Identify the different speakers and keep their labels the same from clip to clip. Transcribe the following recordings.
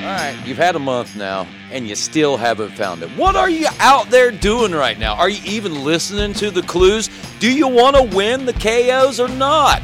Speaker 1: All right, you've had a month now, and you still haven't found it. What are you out there doing right now? Are you even listening to the clues? Do you want to win the KOs or not?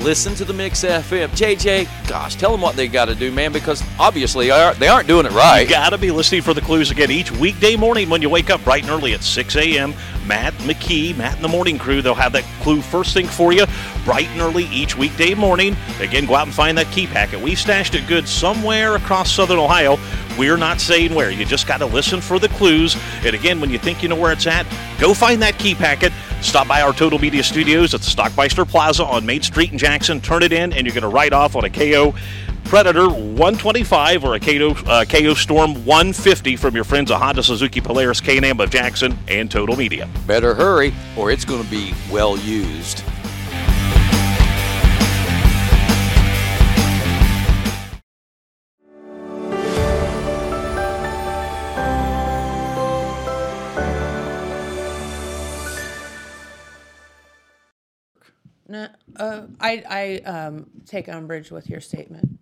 Speaker 1: Listen to the Mix FM. JJ, gosh, tell them what they got to do, man, because obviously are- they aren't doing it right.
Speaker 2: You got to be listening for the clues again each weekday morning when you wake up bright and early at 6 a.m. Matt McKee, Matt and the Morning Crew, they'll have that clue first thing for you bright and early each weekday morning. Again, go out and find that key packet. We've stashed it good somewhere across southern Ohio. We're not saying where. You just got to listen for the clues. And again, when you think you know where it's at, go find that key packet. Stop by our Total Media Studios at the Stockmeister Plaza on Main Street in Jackson. Turn it in, and you're going to write off on a KO Predator 125 or a KO, uh, KO Storm 150 from your friends at Honda, Suzuki, Polaris, K&M of Jackson, and Total Media.
Speaker 1: Better hurry, or it's going to be well used.
Speaker 3: No, uh, I, I um, take umbrage with your statement.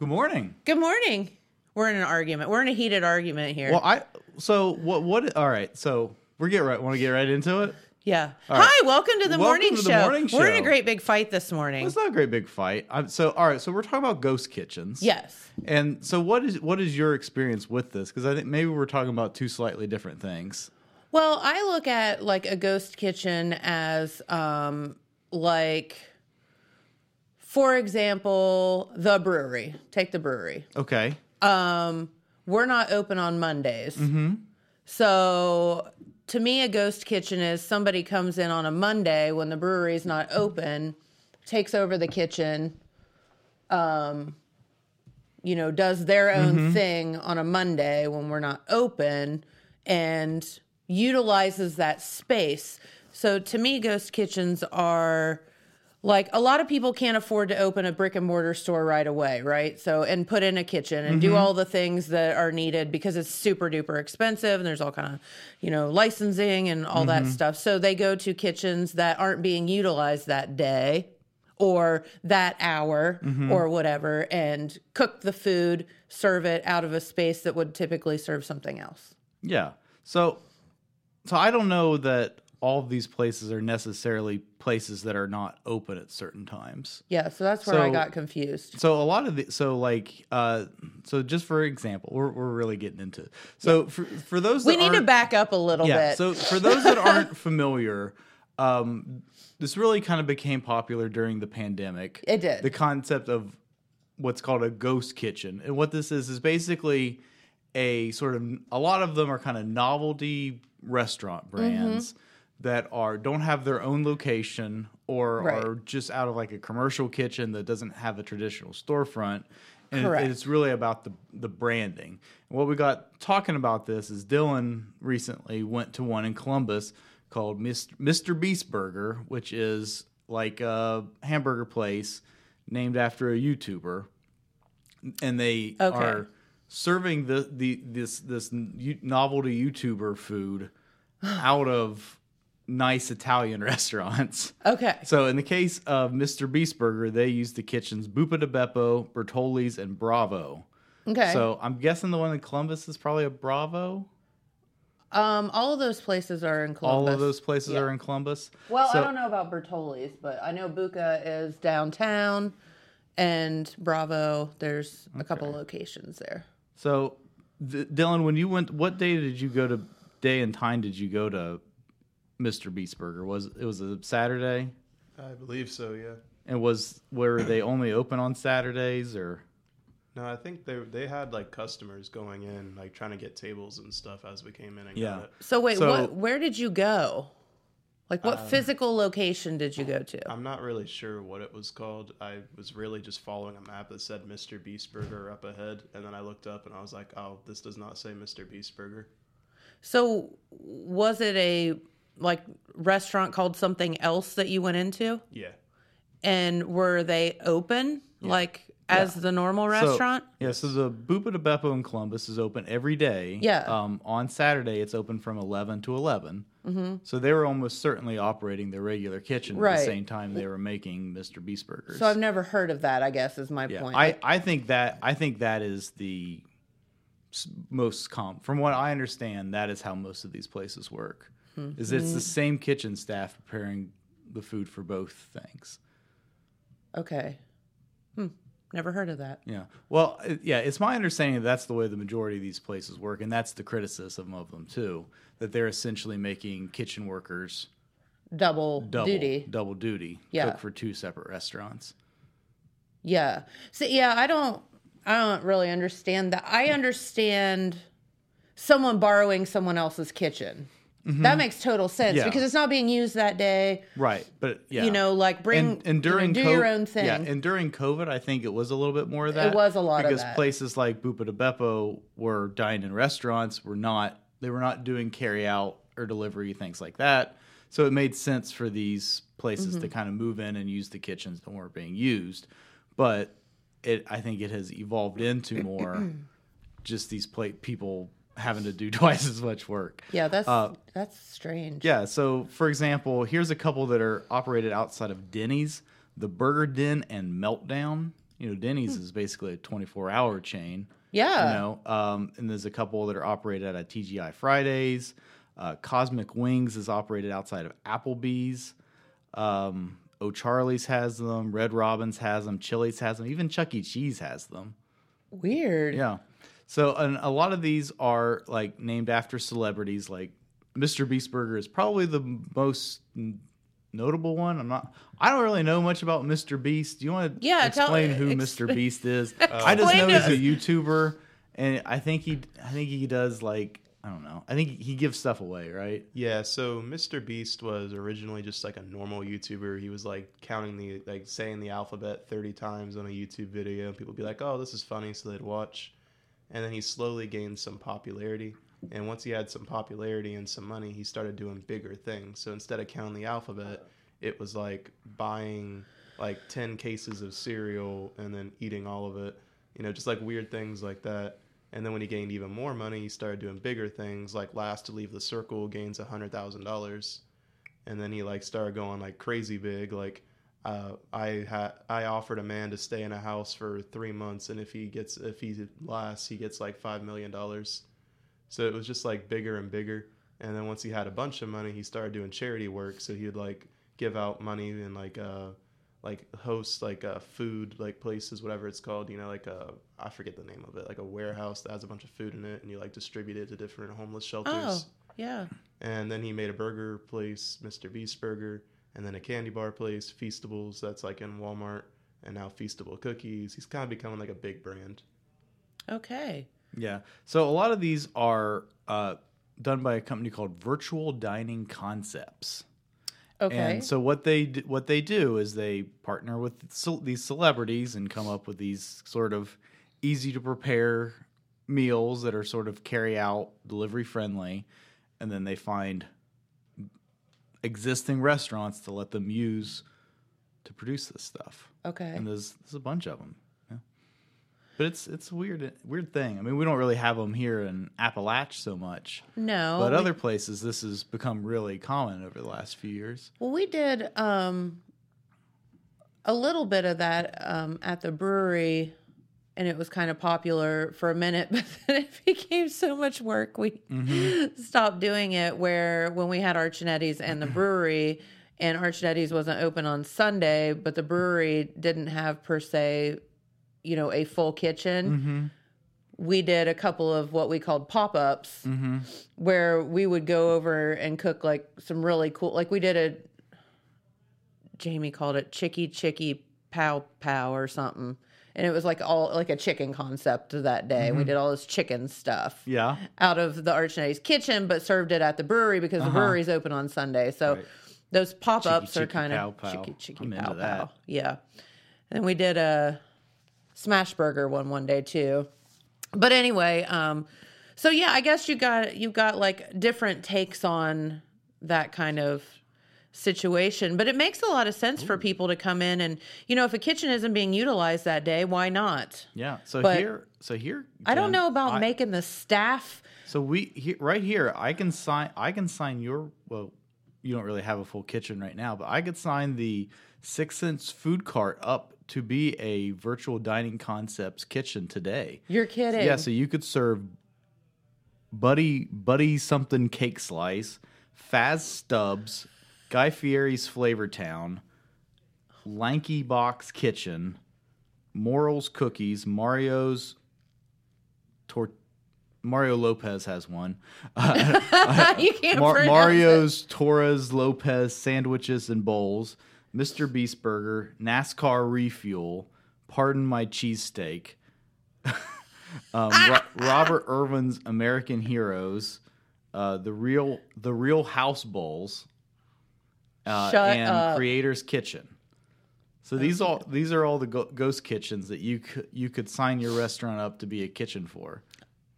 Speaker 4: Good morning.
Speaker 3: Good morning. We're in an argument. We're in a heated argument here.
Speaker 4: Well, I so what what all right, so we're get right want to get right into it.
Speaker 3: yeah.
Speaker 4: all right.
Speaker 3: Hi, welcome to the,
Speaker 4: Welcome
Speaker 3: morning,
Speaker 4: to the
Speaker 3: show.
Speaker 4: morning
Speaker 3: We're in a
Speaker 4: show.
Speaker 3: great big fight this morning.
Speaker 4: It's not a great big fight. I'm, so all right, so we're talking about ghost kitchens.
Speaker 3: Yes.
Speaker 4: And so what is what is your experience with this? Because I think maybe we're talking about two slightly different things.
Speaker 3: Well, I look at like a ghost kitchen as um like for example, the brewery. Take the brewery.
Speaker 4: Okay.
Speaker 3: Um we're not open on Mondays. So to me a ghost kitchen is somebody comes in on a Monday when the brewery's not open, takes over the kitchen. Um you know, does their own thing on a Monday when we're not open and utilizes that space. So to me, ghost kitchens are like a lot of people can't afford to open a brick and mortar store right away, right? So, and put in a kitchen and
Speaker 4: Mm-hmm.
Speaker 3: do all the things that are needed because it's super duper expensive and there's all kind of, you know, licensing and all
Speaker 4: Mm-hmm.
Speaker 3: that stuff. So they go to kitchens that aren't being utilized that day or that hour
Speaker 4: Mm-hmm.
Speaker 3: or whatever and cook the food, serve it out of a space that would typically serve something else.
Speaker 4: Yeah. So so I don't know that all of these places are necessarily places that are not open at certain times.
Speaker 3: Yeah, so that's where I
Speaker 4: So-
Speaker 3: got confused.
Speaker 4: So a lot of the so like uh so just for example, we're we're really getting into it. So for for those
Speaker 3: We
Speaker 4: that
Speaker 3: need to
Speaker 4: aren't-
Speaker 3: back up a little
Speaker 4: yeah.
Speaker 3: bit.
Speaker 4: So for those that aren't familiar, um, this really kind of became popular during the pandemic.
Speaker 3: It did.
Speaker 4: The concept of what's called a ghost kitchen, and what this is is basically a sort of a lot of them are kind of novelty restaurant
Speaker 3: Mm-hmm.
Speaker 4: brands that are don't have their own location or
Speaker 3: Right.
Speaker 4: are just out of like a commercial kitchen that doesn't have a traditional storefront. And it-
Speaker 3: Correct.
Speaker 4: it's really about the the branding. What we got talking about this is Dylan recently went to one in Columbus called Mr. Mr. Beast Burger, which is like a hamburger place named after a YouTuber, and they
Speaker 3: Okay.
Speaker 4: are serving the, the this this you- novelty YouTuber food out of nice Italian restaurants.
Speaker 3: okay.
Speaker 4: So in the case of Mr. Beast Burger, they used the kitchens Bupa de Beppo, Bertoli's, and Bravo.
Speaker 3: Okay.
Speaker 4: So I'm guessing the one in Columbus is probably a Bravo.
Speaker 3: um, all of those places are in Columbus.
Speaker 4: All of those places are in Columbus.
Speaker 3: Well,
Speaker 4: So-
Speaker 3: I don't know about Bertoli's, but I know Buca is downtown, and Bravo. There's a couple locations there.
Speaker 4: So, D- Dylan, when you went, what day did you go to? Day and time did you go to Mr. Beast Burger? Was it was a Saturday?
Speaker 5: I believe so, yeah.
Speaker 4: And was were they only open on Saturdays or?
Speaker 5: No, I think they they had like customers going in, like trying to get tables and stuff as we came in and
Speaker 4: Yeah.
Speaker 5: got it.
Speaker 3: So wait,
Speaker 4: So- Um,
Speaker 3: what? Where did you go? Like, what physical location did you go to?
Speaker 5: I'm not really sure what it was called. I was really just following a map that said Mr. Beast Burger up ahead, and then I looked up and I was like, "Oh, this does not say Mr. Beast Burger."
Speaker 3: So, was it a like restaurant called something else that you went into?
Speaker 5: Yeah,
Speaker 3: And were they open like as the normal
Speaker 4: So-
Speaker 3: restaurant?
Speaker 4: yeah, so the Bupa de Beppo in Columbus is open every day.
Speaker 3: Yeah.
Speaker 4: Um, on Saturday, it's open from 11 to 11. Mm-hmm. So they were almost certainly operating their regular kitchen at
Speaker 3: Right.
Speaker 4: the same time they were making Mr. Beast burgers.
Speaker 3: So I've never heard of that. I guess is my
Speaker 4: yeah,
Speaker 3: point.
Speaker 4: I, I think that I think that is the s- most comp. From what I understand, that is how most of these places work.
Speaker 3: Hmm.
Speaker 4: Is it's the same kitchen staff preparing the food for both things.
Speaker 3: okay, hmm, never heard of that.
Speaker 4: Yeah. Well, it- yeah, it's my understanding that that's the way the majority of these places work, and that's the criticism of them too, that they're essentially making kitchen workers
Speaker 3: Double,
Speaker 4: double
Speaker 3: duty.
Speaker 4: double duty,
Speaker 3: Yeah.
Speaker 4: cook for two separate restaurants.
Speaker 3: Yeah. So yeah, I don't, I don't really understand that. I understand someone borrowing someone else's kitchen. That makes total sense
Speaker 4: Mm-hmm. Yeah.
Speaker 3: because it's not being used that day.
Speaker 4: Right, but yeah,
Speaker 3: You know, like bring
Speaker 4: and, and during
Speaker 3: you know, do
Speaker 4: COVID,
Speaker 3: your own thing.
Speaker 4: Yeah, and during COVID, I think it was a little bit more of that.
Speaker 3: was a lot of
Speaker 4: because
Speaker 3: that.
Speaker 4: places like Bupa de Beppo were dine-in restaurants were not. They were not doing carry-out or delivery things like that. So it made sense for these places
Speaker 3: Mm-hmm.
Speaker 4: to kind of move in and use the kitchens that weren't being used. But it, I think, it has evolved into more just these pla people having to do twice as much work.
Speaker 3: yeah, that's that's strange.
Speaker 4: uh, Yeah. So, for example, here's a couple that are operated outside of Denny's, the Burger Den and Meltdown. You know, Denny's is basically a 24 hour chain.
Speaker 3: Yeah.
Speaker 4: You know, um, and there's a couple that are operated out of TGI Fridays. Uh, Cosmic Wings is operated outside of Applebee's. Um, O'Charlie's has them. Red Robin's has them. Chili's has them. Even Chuck E. Cheese has them.
Speaker 3: Weird.
Speaker 4: Yeah. So and a lot of these are like named after celebrities. Like Mr. Beast Burger is probably the most n- notable one. I'm not. I don't really know much about Mr. Beast. Do you want to
Speaker 3: Yeah, tell-
Speaker 4: explain who
Speaker 3: ex-
Speaker 4: Mr. Beast is? Uh, I just know
Speaker 3: Explain
Speaker 4: he's a YouTuber, and I think he. I think he does like. I don't know. I think he gives stuff away, right?
Speaker 5: yeah. So Mr. Beast was originally just like a normal YouTuber. He was like counting the like saying the alphabet thirty times on a YouTube video, and people would be like, "Oh, this is funny," so they'd watch. And then he slowly gained some popularity. And once he had some popularity and some money, he started doing bigger things. So instead of counting the alphabet, it was like buying like 10 cases of cereal and then eating all of it, you know, just like weird things like that. And then when he gained even more money, he started doing bigger things like last to leave the circle gains $100,000 and then he like started going like crazy big like uh, I ha- I offered a man to stay in a house for three months, and if he gets if he lasts, he gets like five million dollars. So it was just like bigger and bigger. And then once he had a bunch of money, he started doing charity work. So he would like give out money and like uh like host like uh food like places whatever it's called you know like uh I forget the name of it like a warehouse that has a bunch of food in it and you like distribute it to different homeless shelters
Speaker 3: Oh, yeah.
Speaker 5: and then he made a burger place, Mr. Beast Burger, and then a candy bar place, Feastables, that's like in Walmart, and now Feastable Cookies. He's kind of becoming like a big brand.
Speaker 3: Okay.
Speaker 4: Yeah. So a lot of these are uh, done by a company called Virtual Dining Concepts.
Speaker 3: Okay.
Speaker 4: And so what they d- what they do is they partner with ce- these celebrities and come up with these sort of easy to prepare meals that are sort of carry out delivery friendly, and then they find existing restaurants to let them use to produce this stuff.
Speaker 3: okay.
Speaker 4: And there's there's a bunch of them. Yeah. But it's it's a weird weird thing. I mean, we don't really have them here in Appalach so much.
Speaker 3: no. Oh,
Speaker 4: But
Speaker 3: we-
Speaker 4: other places, this has become really common over the last few years.
Speaker 3: well, we did um a little bit of that um at the brewery and it was kind of popular for a minute, but then it became so much work we stopped doing it where when we had Archinetti's and the brewery and Archinetti's wasn't open on Sunday, but the brewery didn't have per se, you know, a full kitchen.
Speaker 4: Mm.
Speaker 3: We did a couple of what we called pop-ups.
Speaker 4: Mm-hmm.
Speaker 3: where we would go over and cook like some really cool like we did a Jamie called it chicky chicky pow pow or something. And it was like all like a chicken concept that day. We did all this chicken stuff
Speaker 4: Yeah. Uh-huh.
Speaker 3: out of the Archinetti's kitchen, but served it at the brewery because the brewery's open on Sunday. So Those pop ups are
Speaker 4: chicky,
Speaker 3: kind
Speaker 4: pow,
Speaker 3: of
Speaker 4: pow.
Speaker 3: chicky chicky
Speaker 4: I'm into
Speaker 3: pow
Speaker 4: that.
Speaker 3: pow. Yeah. And we did a smash burger one one day too. But anyway, um, so yeah, I guess you got you got like different takes on that kind of situation. But it makes a lot of sense for people to come in and you know if a kitchen isn't being utilized that day, why not?
Speaker 4: Yeah. So
Speaker 3: But-
Speaker 4: here, so here,
Speaker 3: I don't
Speaker 4: Jen,
Speaker 3: know about
Speaker 4: I-
Speaker 3: making the staff.
Speaker 4: So we he, right here, I can sign. I can sign your. Well, you don't really have a full kitchen right now, but I could sign the Six Sense food cart up to be a virtual dining concepts kitchen today.
Speaker 3: You're kidding.
Speaker 4: Yeah, so you could serve buddy buddy something cake slice, Faz Stubbs, Guy Fieri's Flavor Town, Lanky Box Kitchen, Morals Cookies, Mario's Tor- Mario Lopez has one.
Speaker 3: you can't
Speaker 4: Mar-
Speaker 3: pronounce it.
Speaker 4: Mario's Torres Lopez sandwiches and bowls, Mr. Beast Burger, NASCAR refuel, pardon my cheesesteak, um, Ro-
Speaker 3: Ah!
Speaker 4: Robert Irvin's American Heroes, uh, the real the Real House Bowls, uh,
Speaker 3: Shut
Speaker 4: and
Speaker 3: up.
Speaker 4: Creator's Kitchen. So these all these are all the go- ghost kitchens that you could you could sign your restaurant up to be a kitchen for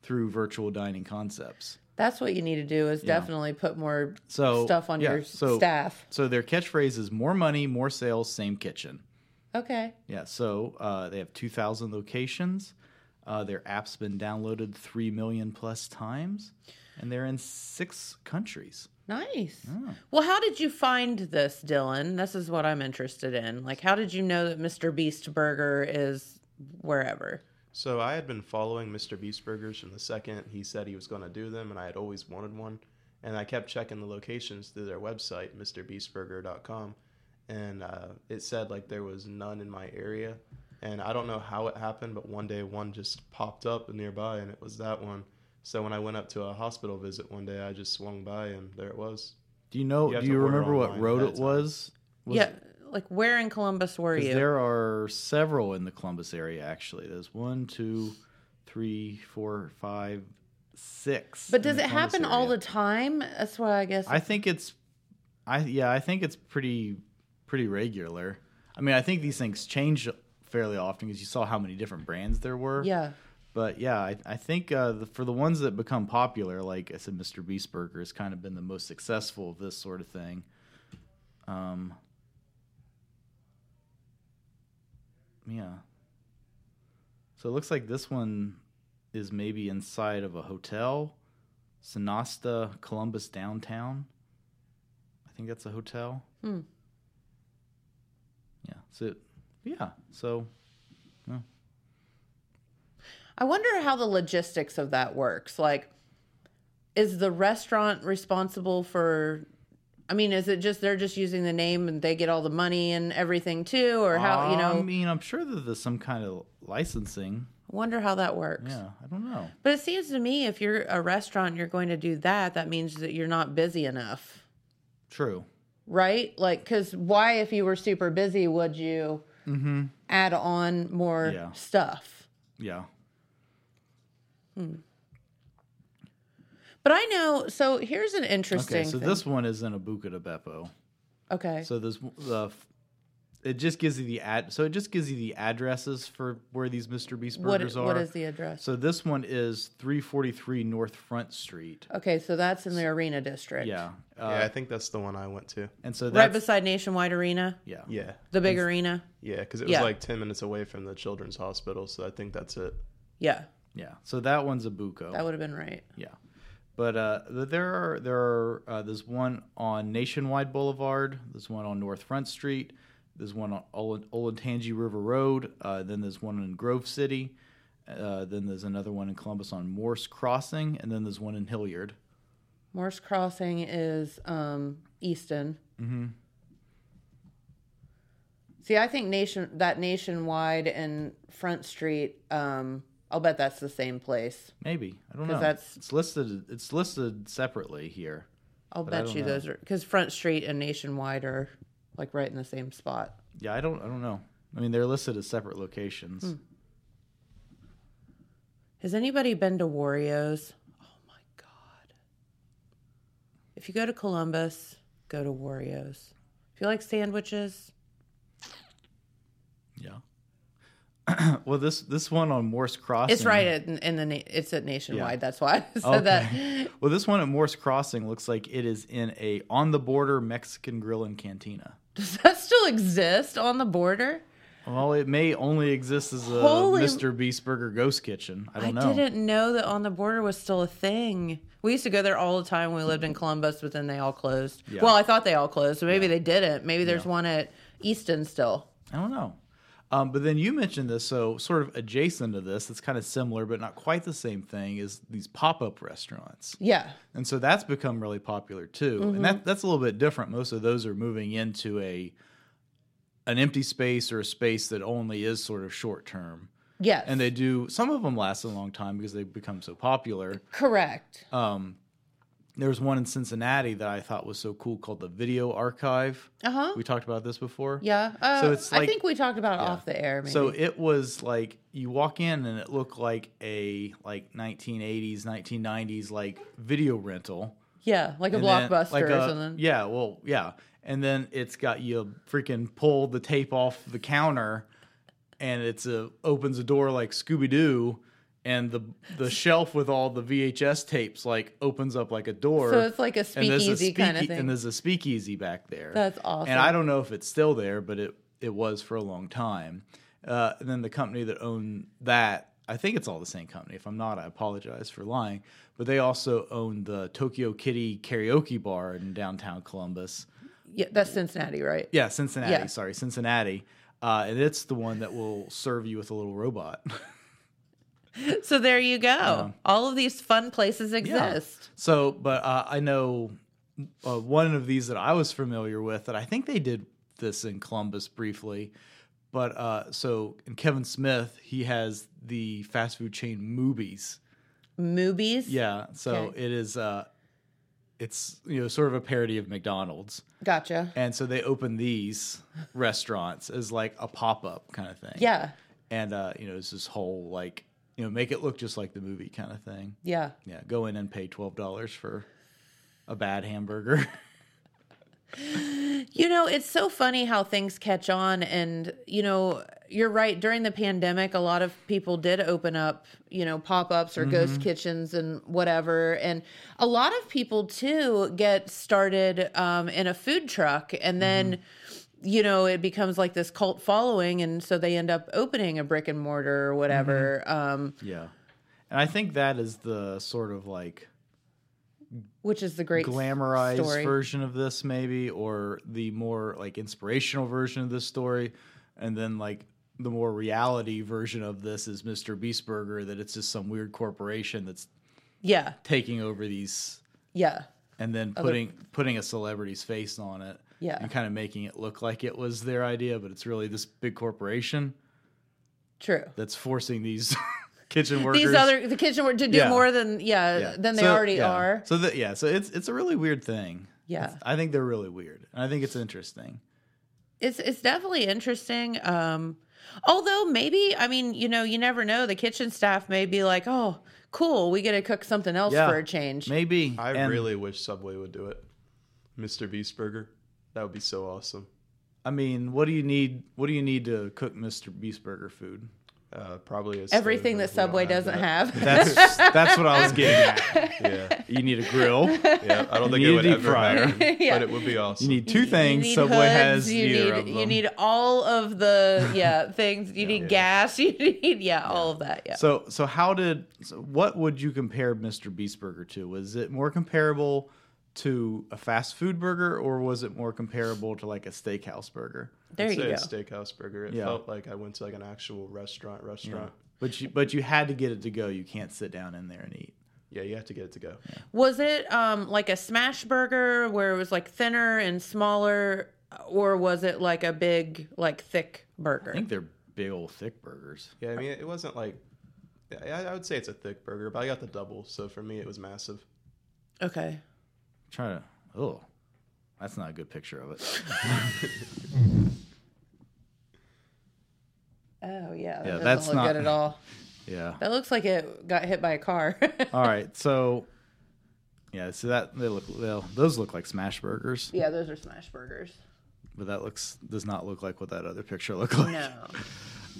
Speaker 4: through virtual dining concepts.
Speaker 3: That's what you need to do is definitely put more
Speaker 4: So
Speaker 3: stuff on
Speaker 4: yeah,
Speaker 3: your
Speaker 4: so-
Speaker 3: staff.
Speaker 4: So their catchphrase is "More money, more sales, same kitchen."
Speaker 3: Okay.
Speaker 4: Yeah. So uh, they have 2,000 locations. Uh, their app's been downloaded three million plus times, and they're in six countries.
Speaker 3: Nice. Well, how did you find this, Dylan? This is what I'm interested in. Like, how did you know that Mr. Beast Burger is wherever?
Speaker 5: So I had been following Mr. Beast burgers from the second he said he was going to do them, and I had always wanted one. And I kept checking the locations through their website, MrBeastburger.com, and uh, it said like there was none in my area. And I don't know how it happened, but one day one just popped up nearby, and it was that one. So when I went up to a hospital visit one day, I just swung by, and there it was.
Speaker 4: Do you know?
Speaker 5: You have
Speaker 4: do
Speaker 5: to
Speaker 4: you
Speaker 5: order
Speaker 4: remember what
Speaker 5: online
Speaker 4: road
Speaker 5: ahead
Speaker 4: it
Speaker 5: of time.
Speaker 4: was? was
Speaker 3: yeah. Like, where in Columbus were
Speaker 4: Because
Speaker 3: you?
Speaker 4: there are several in the Columbus area. Actually, there's one, two, three, four, five, six.
Speaker 3: but
Speaker 4: in
Speaker 3: does
Speaker 4: the
Speaker 3: it
Speaker 4: Columbus
Speaker 3: happen all
Speaker 4: area.
Speaker 3: the time? That's why I guess.
Speaker 4: I think it's, I yeah, I think it's pretty pretty regular. I mean, I think these things change fairly often because you saw how many different brands there were.
Speaker 3: yeah.
Speaker 4: But yeah, I, I think uh, the, for the ones that become popular, like I said, Mr. Beast Burger has kind of been the most successful of this sort of thing. Um. Yeah. So it looks like this one is maybe inside of a hotel, Sinasta Columbus downtown. I think that's a hotel.
Speaker 3: Hmm.
Speaker 4: Yeah. So, yeah. So
Speaker 3: I wonder how the logistics of that works. Like, is the restaurant responsible for? I mean, is it just they're just using the name and they get all the money and everything too, or how you know?
Speaker 4: I mean, I'm sure that there's some kind of licensing.
Speaker 3: I wonder how that works.
Speaker 4: Yeah, I don't know.
Speaker 3: But it seems to me if you're a restaurant, you're going to do that. That means that you're not busy enough,
Speaker 4: True.
Speaker 3: right? Like, because why, if you were super busy, would you add on more
Speaker 4: Mm-hmm. Yeah.
Speaker 3: stuff?
Speaker 4: Yeah.
Speaker 3: But I know. So here's an interesting.
Speaker 4: Okay, so
Speaker 3: thing.
Speaker 4: this one is in Abuca de Beppo.
Speaker 3: Okay.
Speaker 4: So there's the it just gives you the ad. So it just gives you the addresses for where these Mr. Beast
Speaker 3: what
Speaker 4: burgers are.
Speaker 3: what is the address?
Speaker 4: So this one is 343 North Front Street.
Speaker 3: Okay, so that's in the arena district.
Speaker 4: Yeah. Uh,
Speaker 5: yeah, I think that's the one I went to.
Speaker 4: And so
Speaker 3: Right
Speaker 4: that's
Speaker 3: beside Nationwide Arena,
Speaker 4: yeah.
Speaker 5: Yeah,
Speaker 3: the big arena.
Speaker 5: yeah, because it was
Speaker 3: Yeah.
Speaker 5: like ten minutes away from the children's hospital, so I think that's it.
Speaker 3: Yeah,
Speaker 4: Yeah. So that one's Abuco.
Speaker 3: that would have been right.
Speaker 4: Yeah, but uh, th- there are there are uh, there's one on Nationwide Boulevard. There's one on North Front Street. There's one on Ol- Olentangy River Road. Uh, then there's one in Grove City. Uh, then there's another one in Columbus on Morse Crossing, and then there's one in Hilliard.
Speaker 3: Morse Crossing is um, Easton. Mm-hmm. See, I think nation that Nationwide and Front Street. Um, I'll bet that's the same place.
Speaker 4: Maybe I don't know.
Speaker 3: 'Cause that's-
Speaker 4: it's listed. It's listed separately here.
Speaker 3: I'll
Speaker 4: I
Speaker 3: bet
Speaker 4: don't
Speaker 3: you
Speaker 4: know.
Speaker 3: those are because Front Street and Nationwide are like right in the same spot.
Speaker 4: Yeah, I don't. I don't know. I mean, they're listed as separate locations.
Speaker 3: Hmm. Has anybody been to Wario's? Oh my god! If you go to Columbus, go to Wario's. If you like sandwiches,
Speaker 4: Yeah. well, this this one on Morse Crossing.
Speaker 3: it's right in, in the na- it's at nationwide.
Speaker 4: Yeah.
Speaker 3: That's why I said that.
Speaker 4: Well, this one at Morse Crossing looks like it is in a on the border Mexican grill and cantina.
Speaker 3: Does that still exist on the border?
Speaker 4: Well, it may only exist as a
Speaker 3: Holy-
Speaker 4: Mr. Beast Burger Ghost Kitchen. I
Speaker 3: I
Speaker 4: don't know.
Speaker 3: didn't know that on the border was still a thing. We used to go there all the time when we lived in Columbus, but then they all closed.
Speaker 4: Mm-hmm. Yeah.
Speaker 3: Well, I thought they all closed, so maybe they didn't. Maybe there's one at Easton still.
Speaker 4: I don't know. Um, but then you mentioned this, so sort of adjacent to this, it's kind of similar, but not quite the same thing, is these pop up restaurants.
Speaker 3: Yeah.
Speaker 4: And so that's become really popular too. And
Speaker 3: Mm-hmm.
Speaker 4: that that's a little bit different. Most of those are moving into a an empty space or a space that only is sort of short term.
Speaker 3: Yes.
Speaker 4: And they do some of them last a long time because they become so popular.
Speaker 3: correct.
Speaker 4: There was one in Cincinnati that I thought was so cool called the Video Archive.
Speaker 3: Uh huh.
Speaker 4: We talked about this before.
Speaker 3: Yeah. Uh,
Speaker 4: so it's
Speaker 3: I
Speaker 4: like-
Speaker 3: think we talked about it off the air. Maybe.
Speaker 4: So it was like you walk in and it looked like a like 1980s, 1990s like video rental.
Speaker 3: yeah, like a
Speaker 4: And then,
Speaker 3: blockbuster
Speaker 4: like
Speaker 3: or
Speaker 4: a-
Speaker 3: something.
Speaker 4: Yeah, well, yeah. And then it's got you freaking pull the tape off the counter, and it's a opens a door like Scooby Doo, and the the shelf with all the VHS tapes like opens up like a door.
Speaker 3: So it's like a
Speaker 4: and there's a
Speaker 3: speakeasy kind of
Speaker 4: speakea-
Speaker 3: thing.
Speaker 4: And there's a speakeasy back there.
Speaker 3: That's
Speaker 4: And I
Speaker 3: awesome.
Speaker 4: don't know if it's still there, but it it was for a long time. Uh, and then the company that owned that, I think it's all the same company. If I'm not, I apologize for lying. But they also own the Tokyo Kitty karaoke bar in downtown Columbus.
Speaker 3: yeah, that's Cincinnati, right?
Speaker 4: Yeah, Cincinnati.
Speaker 3: Yeah.
Speaker 4: Sorry, Cincinnati. Uh, and it's the one that will serve you with a little robot.
Speaker 3: So there you go. All of these fun places exist.
Speaker 4: So, but uh, I know uh, one of these that I was familiar with that I think they did this in Columbus briefly. But uh, so, and Kevin Smith, he has the fast food chain Movies.
Speaker 3: Movies.
Speaker 4: Yeah. So
Speaker 3: Okay.
Speaker 4: it is, uh, it's, you know, sort of a parody of McDonald's.
Speaker 3: Gotcha.
Speaker 4: And so they open these restaurants as like a pop up kind of thing.
Speaker 3: Yeah.
Speaker 4: And, uh, you know, it's this whole like, you know, make it look just like the movie kind of thing.
Speaker 3: Yeah.
Speaker 4: Yeah, go in and pay twelve dollars for a bad hamburger.
Speaker 3: You know, it's so funny how things catch on. And, you know, you're right. During the pandemic, a lot of people did open up, you know, pop ups or
Speaker 4: Mm-hmm.
Speaker 3: ghost kitchens and whatever. And a lot of people, too, get started um, in a food truck and then.
Speaker 4: Mm-hmm.
Speaker 3: You know, it becomes like this cult following, and so they end up opening a brick and mortar or whatever.
Speaker 4: Mm-hmm.
Speaker 3: Um,
Speaker 4: yeah, and I think that is the sort of like
Speaker 3: which is the great s-
Speaker 4: glamorized
Speaker 3: story.
Speaker 4: version of this, maybe, or the more like inspirational version of this story, and then like the more reality version of this is Mr. Beast Burger, that it's just some weird corporation that's
Speaker 3: Yeah,
Speaker 4: taking over these
Speaker 3: yeah,
Speaker 4: and then putting putting a celebrity's face on it.
Speaker 3: Yeah.
Speaker 4: And kind of making it look like it was their idea, but it's really this big corporation.
Speaker 3: true.
Speaker 4: that's forcing these kitchen workers.
Speaker 3: These other the kitchen were to do
Speaker 4: Yeah.
Speaker 3: more than yeah,
Speaker 4: Yeah.
Speaker 3: than they
Speaker 4: So,
Speaker 3: already
Speaker 4: yeah.
Speaker 3: are.
Speaker 4: So that yeah, so it's it's a really weird thing.
Speaker 3: Yeah.
Speaker 4: It's- I think they're really weird, and I think it's interesting.
Speaker 3: it's it's definitely interesting. Um, although maybe I mean you know you never know. The kitchen staff may be like, oh, cool, we get to cook something else
Speaker 4: Yeah.
Speaker 3: for a change.
Speaker 4: Maybe
Speaker 5: I
Speaker 4: and,
Speaker 5: really wish Subway would do it. Mr. Beast Burger. That would be so awesome.
Speaker 4: I mean, what do you need? What do you need to cook Mr. Beast Burger food?
Speaker 5: Uh, probably a stove,
Speaker 3: Everything that
Speaker 5: but we don't
Speaker 3: Subway doesn't
Speaker 5: that.
Speaker 3: have.
Speaker 4: That's that's what I was getting at.
Speaker 5: Yeah,
Speaker 4: You need a grill.
Speaker 5: yeah. I don't
Speaker 4: need
Speaker 5: think
Speaker 4: a
Speaker 5: it would
Speaker 4: deep
Speaker 5: ever
Speaker 4: fryer.
Speaker 5: happen,
Speaker 3: Yeah.
Speaker 5: but it would be awesome.
Speaker 4: You need two
Speaker 3: You
Speaker 4: things.
Speaker 3: need
Speaker 4: Subway
Speaker 3: hoods,
Speaker 4: has
Speaker 3: you
Speaker 4: neither
Speaker 3: need
Speaker 4: of them.
Speaker 3: you need all of the yeah things. You need gas. You need yeah, all of that. Yeah.
Speaker 4: So so how did so what would you compare Mr. Beast Burger to? Was it more comparable to a fast food burger, or was it more comparable to like a steakhouse burger?
Speaker 3: there
Speaker 5: I'd
Speaker 3: you
Speaker 5: say
Speaker 3: go.
Speaker 5: a steakhouse burger. It
Speaker 4: Yeah.
Speaker 5: felt like I went to like an actual restaurant. Restaurant.
Speaker 4: But you but you had to get it to go. You can't sit down in there and eat.
Speaker 5: Yeah, you have to get it to go.
Speaker 3: Was it um like a smash burger where it was like thinner and smaller, or was it like a big like thick burger?
Speaker 4: I think they're big old thick burgers.
Speaker 5: Yeah, I mean, it wasn't like. I, I would say it's a thick burger, but I got the double, so for me it was massive.
Speaker 3: Okay.
Speaker 4: Try to oh, that's not a good picture of it.
Speaker 3: Oh yeah, that
Speaker 4: Yeah,
Speaker 3: doesn't
Speaker 4: that's
Speaker 3: look
Speaker 4: not-
Speaker 3: good at all.
Speaker 4: Yeah.
Speaker 3: That looks like it got hit by a car.
Speaker 4: All right. So Yeah, so that they look well, those look like smash burgers,
Speaker 3: Yeah, those are smash burgers.
Speaker 4: but that looks does not look like what that other picture looked like.
Speaker 3: No.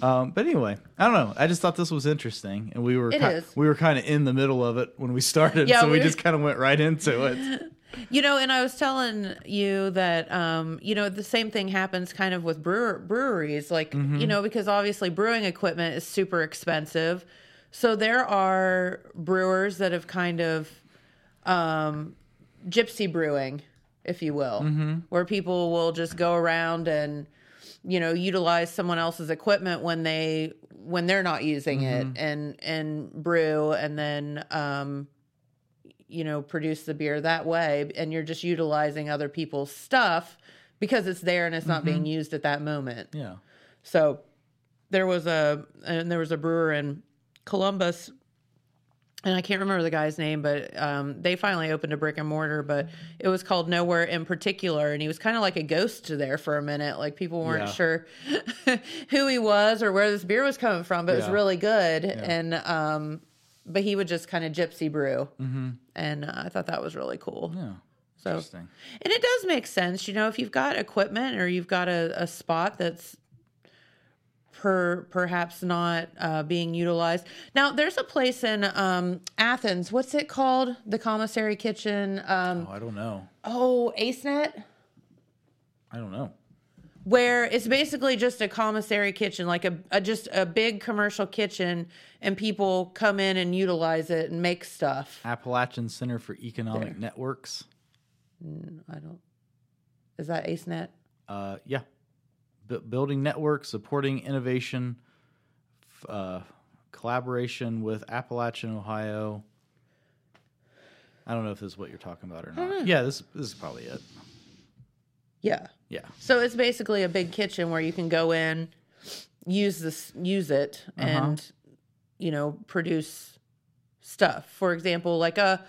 Speaker 4: Um, but anyway, I don't know. I just thought this was interesting, and we were
Speaker 3: It
Speaker 4: ki-
Speaker 3: is.
Speaker 4: we were kind of in the middle of it when we started,
Speaker 3: Yeah,
Speaker 4: so we
Speaker 3: we-
Speaker 4: just kind of went right into it.
Speaker 3: You know, and I was telling you that um, you know, the same thing happens kind of with brewer- breweries like, you know, because obviously brewing equipment is super expensive. So there are brewers that have kind of um gypsy brewing, if you will, where people will just go around and you know utilize someone else's equipment when they when they're not using it and and brew and then um you know produce the beer that way and you're just utilizing other people's stuff because it's there and it's not being used at that moment
Speaker 4: Yeah,
Speaker 3: so there was a and there was a brewer in Columbus, and I can't remember the guy's name, but um, they finally opened a brick and mortar. But it was called Nowhere in particular, and he was kind of like a ghost there for a minute. Like people weren't
Speaker 4: Yeah.
Speaker 3: sure who he was or where this beer was coming from, but it was
Speaker 4: Yeah.
Speaker 3: really good. And um, but he would just kind of gypsy brew, and uh, I thought that was really cool.
Speaker 4: Mm-hmm. yeah,
Speaker 3: So-
Speaker 4: interesting.
Speaker 3: And it does make sense, you know, if you've got equipment or you've got a, a spot that's per perhaps not uh, being utilized. Now, there's a place in um, Athens. What's it called? The commissary kitchen. Um,
Speaker 4: Oh, I don't know.
Speaker 3: oh, AceNet.
Speaker 4: I don't know.
Speaker 3: Where it's basically just a commissary kitchen, like a, a just a big commercial kitchen, and people come in and utilize it and make stuff.
Speaker 4: Appalachian Center for Economic Networks.
Speaker 3: I don't. Is that AceNet?
Speaker 4: Uh, yeah, Bu building networks, supporting innovation, f- uh, collaboration with Appalachian, Ohio. I don't know if this is what you're talking about or not. Yeah, this this is probably it.
Speaker 3: Yeah.
Speaker 4: Yeah,
Speaker 3: So it's basically a big kitchen where you can go in, use this, use it, and you know produce stuff. For example, like a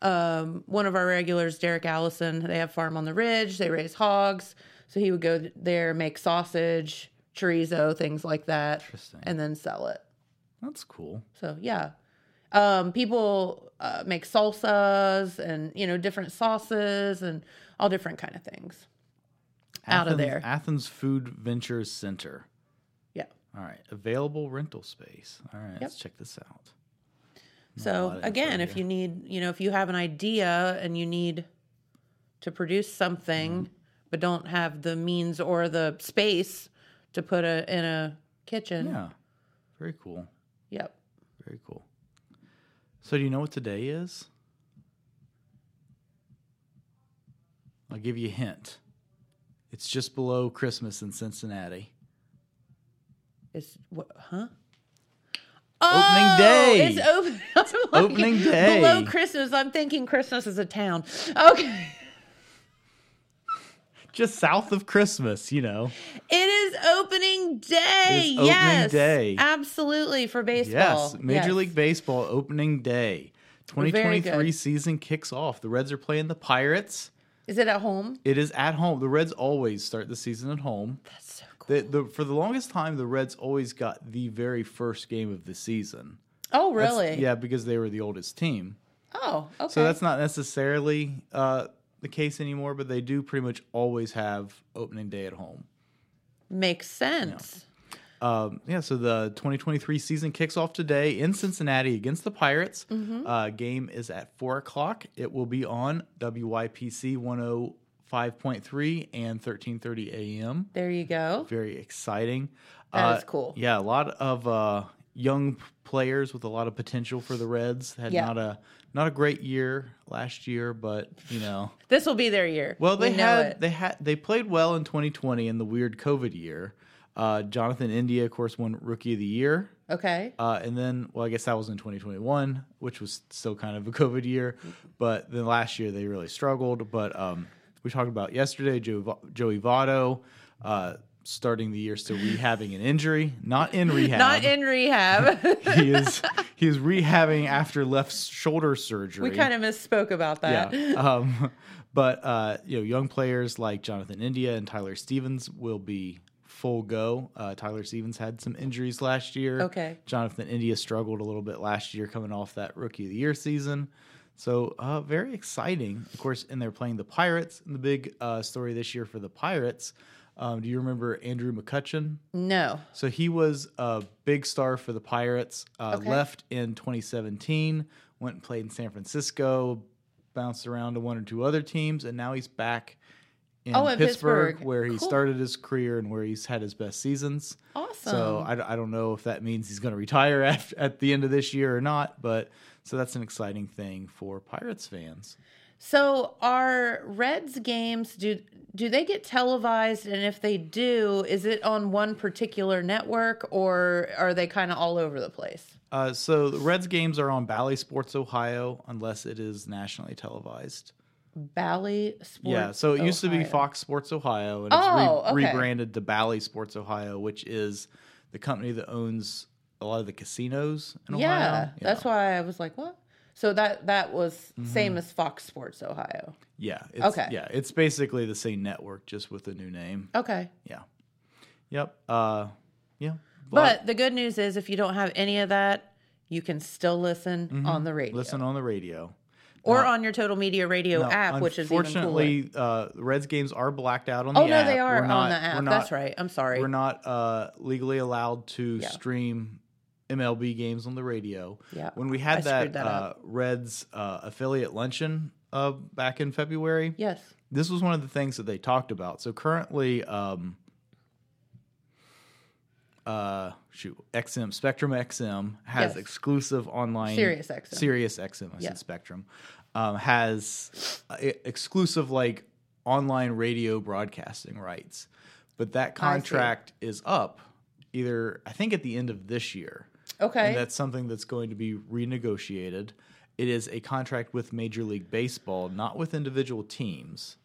Speaker 3: um, one of our regulars, Derek Allison, they have farm on the ridge. They raise hogs, so he would go there, make sausage, chorizo, things like that,
Speaker 4: Interesting.
Speaker 3: and then sell it.
Speaker 4: that's cool.
Speaker 3: So yeah, um, people uh, make salsas and you know different sauces and all different kind of things. Out of
Speaker 4: Athens-
Speaker 3: there.
Speaker 4: Athens Food Ventures Center.
Speaker 3: Yeah.
Speaker 4: All right, available rental space. All right, let's check this out. lot
Speaker 3: So
Speaker 4: of
Speaker 3: again,
Speaker 4: info
Speaker 3: if you need, you know, if you have an idea and you need to produce something,
Speaker 4: Mm-hmm.
Speaker 3: but don't have the means or the space to put a in a kitchen.
Speaker 4: Yeah, very cool.
Speaker 3: Yep.
Speaker 4: Very cool. So, do you know what today is? I'll give you a hint. It's just below Christmas in Cincinnati.
Speaker 3: It's what? Huh? Oh,
Speaker 4: Opening day.
Speaker 3: It's open, I'm like,
Speaker 4: Opening day.
Speaker 3: Below Christmas, I'm thinking Christmas is a town. Okay,
Speaker 4: Just south of Christmas, you know.
Speaker 3: it is opening day.
Speaker 4: opening
Speaker 3: yes,
Speaker 4: day.
Speaker 3: absolutely for baseball.
Speaker 4: Yes, Major
Speaker 3: Yes.
Speaker 4: League Baseball opening day.
Speaker 3: We're very
Speaker 4: 2023
Speaker 3: good.
Speaker 4: season kicks off. The Reds are playing the Pirates.
Speaker 3: Is it at home?
Speaker 4: It is at home. The Reds always start the season at home.
Speaker 3: That's so cool.
Speaker 4: The, the, for the longest time, the Reds always got the very first game of the season.
Speaker 3: Oh,
Speaker 4: That's-
Speaker 3: really?
Speaker 4: Yeah, because they were the oldest team.
Speaker 3: Oh, okay.
Speaker 4: So that's not necessarily uh, the case anymore, but they do pretty much always have opening day at home.
Speaker 3: Makes sense.
Speaker 4: Um, yeah, so the 2023 season kicks off today in Cincinnati against the Pirates.
Speaker 3: Mm-hmm.
Speaker 4: Uh, game is at 4 o'clock. It will be on WYPC 105.3 and 1330 a.m.
Speaker 3: There you go.
Speaker 4: Very exciting.
Speaker 3: That
Speaker 4: That is
Speaker 3: is cool.
Speaker 4: Yeah, a lot of uh, young p- players with a lot of potential for the Reds. Had
Speaker 3: Yeah.
Speaker 4: not a not a great year last year, but you know.
Speaker 3: This will be their year.
Speaker 4: Well, they
Speaker 3: We know
Speaker 4: had
Speaker 3: it.
Speaker 4: they had they played well in 2020 in the weird COVID year. Uh, Jonathan India, of course, won Rookie of the Year,
Speaker 3: okay.
Speaker 4: uh, and then well, I guess that was in 2021, which was still kind of a COVID year. But then last year they really struggled. But um, we talked about yesterday Joe, Va- Joey Votto uh, starting the year still rehabbing an injury, not in rehab.
Speaker 3: Not in rehab.
Speaker 4: he is he is rehabbing after left shoulder surgery
Speaker 3: we kind of misspoke about that.
Speaker 4: yeah. Um, but uh, you know, young players like Jonathan India and Tyler Stevens will be full go. Uh, Tyler Stevens had some injuries last year.
Speaker 3: Okay.
Speaker 4: Jonathan India struggled a little bit last year, coming off that rookie of the year season. So uh, very exciting. Of course, and they're playing the Pirates. And the big uh, story this year for the Pirates. Um, do you remember Andrew McCutcheon?
Speaker 3: No.
Speaker 4: So he was a big star for the Pirates. Uh,
Speaker 3: Okay.
Speaker 4: Left in 2017, went and played in San Francisco, bounced around to one or two other teams, and now he's back in,
Speaker 3: Oh, in Pittsburgh.
Speaker 4: where he
Speaker 3: Cool.
Speaker 4: started his career and where he's had his best seasons.
Speaker 3: Awesome.
Speaker 4: So I, d- I don't know if that means he's going to retire at, at the end of this year or not, but so that's an exciting thing for Pirates fans.
Speaker 3: So are Reds games do do they get televised and if they do, is it on one particular network or are they kind of all over the place?
Speaker 4: Uh, so the Reds games are on Bally Sports Ohio unless it is nationally televised.
Speaker 3: Bally Sports.
Speaker 4: Yeah, so it used to be
Speaker 3: Ohio.
Speaker 4: Fox Sports Ohio, and it's
Speaker 3: Oh, okay.
Speaker 4: re- rebranded to Bally Sports Ohio, which is the company that owns a lot of the casinos in
Speaker 3: Yeah,
Speaker 4: Ohio.
Speaker 3: that's why I was like, what? So that that was
Speaker 4: Mm-hmm.
Speaker 3: same as Fox Sports Ohio.
Speaker 4: Yeah. It's,
Speaker 3: Okay.
Speaker 4: Yeah, it's basically the same network, just with a new name.
Speaker 3: Okay.
Speaker 4: Yeah. Yep. Uh, yeah.
Speaker 3: But the good news is if you don't have any of that, you can still listen on the radio
Speaker 4: Mm-hmm. listen on the radio.
Speaker 3: or on your Total Media Radio
Speaker 4: Now,
Speaker 3: app, which is even cooler.
Speaker 4: unfortunately, uh, the Reds games are blacked out on
Speaker 3: Oh
Speaker 4: the
Speaker 3: no,
Speaker 4: app.
Speaker 3: they are
Speaker 4: We're
Speaker 3: on
Speaker 4: not-
Speaker 3: the
Speaker 4: we're
Speaker 3: app.
Speaker 4: not-
Speaker 3: That's right. I'm sorry.
Speaker 4: We're not uh, legally allowed to
Speaker 3: Yeah.
Speaker 4: stream MLB games on the radio.
Speaker 3: Yeah,
Speaker 4: When we
Speaker 3: Oh, I
Speaker 4: had
Speaker 3: screwed
Speaker 4: that,
Speaker 3: that
Speaker 4: uh,
Speaker 3: up.
Speaker 4: Reds uh, affiliate luncheon uh, back in February,
Speaker 3: Yes.
Speaker 4: this was one of the things that they talked about. So currently, um, uh, shoot, XM Spectrum XM has
Speaker 3: Yes.
Speaker 4: exclusive online
Speaker 3: Sirius XM.
Speaker 4: Sirius XM, I
Speaker 3: Yeah.
Speaker 4: said Spectrum, um, has uh, e- exclusive like online radio broadcasting rights, but that contract is up either I think at the end of this year.
Speaker 3: Okay.
Speaker 4: And that's something that's going to be renegotiated. It is a contract with Major League Baseball, not with individual teams.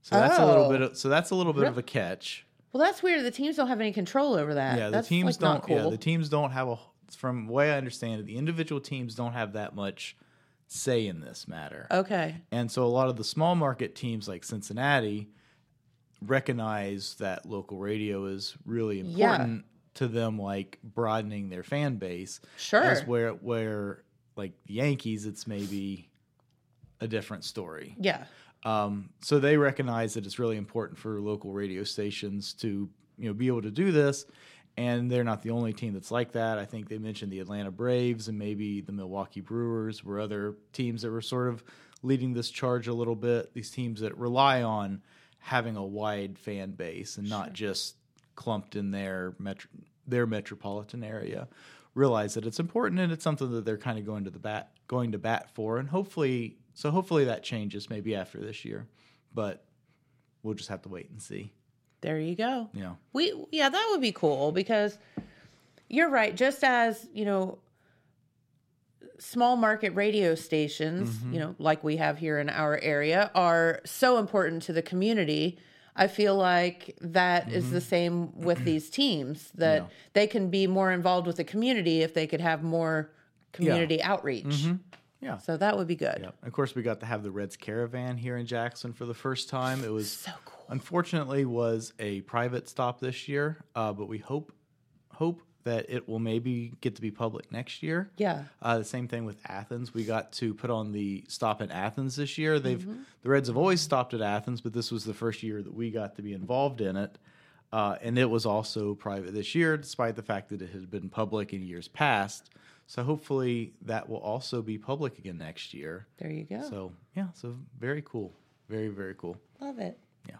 Speaker 4: So that's a
Speaker 3: Oh.
Speaker 4: little bit. Of, so that's a little bit of a catch.
Speaker 3: Well, that's weird. The teams don't have any control over that.
Speaker 4: Yeah, the
Speaker 3: that's,
Speaker 4: teams
Speaker 3: like,
Speaker 4: don't.
Speaker 3: Not cool.
Speaker 4: Yeah, the teams don't have a. From the way I understand it, the individual teams don't have that much say in this matter.
Speaker 3: okay.
Speaker 4: And so a lot of the small market teams like Cincinnati recognize that local radio is really
Speaker 3: Yeah.
Speaker 4: important to them, like broadening their fan base.
Speaker 3: Sure.
Speaker 4: As where where like the Yankees, it's maybe a different story.
Speaker 3: Yeah.
Speaker 4: Um, so they recognize that it's really important for local radio stations to you know be able to do this, and they're not the only team that's like that. I think they mentioned the Atlanta Braves and maybe the Milwaukee Brewers were other teams that were sort of leading this charge a little bit. These teams that rely on having a wide fan base and not just clumped in their metro- their metropolitan area realize that it's important and it's something that they're kind of going to the bat going to bat for and hopefully so hopefully that changes maybe after this year but we'll just have to wait and see
Speaker 3: There you go.
Speaker 4: you know
Speaker 3: We yeah, that would be cool because you're right. Just as you know, small market radio stations,
Speaker 4: Mm-hmm.
Speaker 3: you know, like we have here in our area, are so important to the community. I feel like that is the
Speaker 4: Mm-hmm.
Speaker 3: same with these teams that they can be more involved with the community if they could have more community outreach.
Speaker 4: Mm-hmm. Yeah.
Speaker 3: So that would be good.
Speaker 4: Yep. Of course, we got to have the Reds caravan here in Jackson for the first time. It was so cool. Unfortunately, was a private stop this year, uh, but we hope hope that it will maybe get to be public next year.
Speaker 3: Yeah.
Speaker 4: Uh, the same thing with Athens. We got to put on the stop in Athens this year. They've the Reds have always stopped at Athens, but this was the first year that we got to be involved in it. Uh, and it was also private this year, despite the fact that it had been public in years past. So hopefully that will also be public again next year.
Speaker 3: There you go.
Speaker 4: So yeah, so very cool, very very cool.
Speaker 3: Love it.
Speaker 4: Yeah.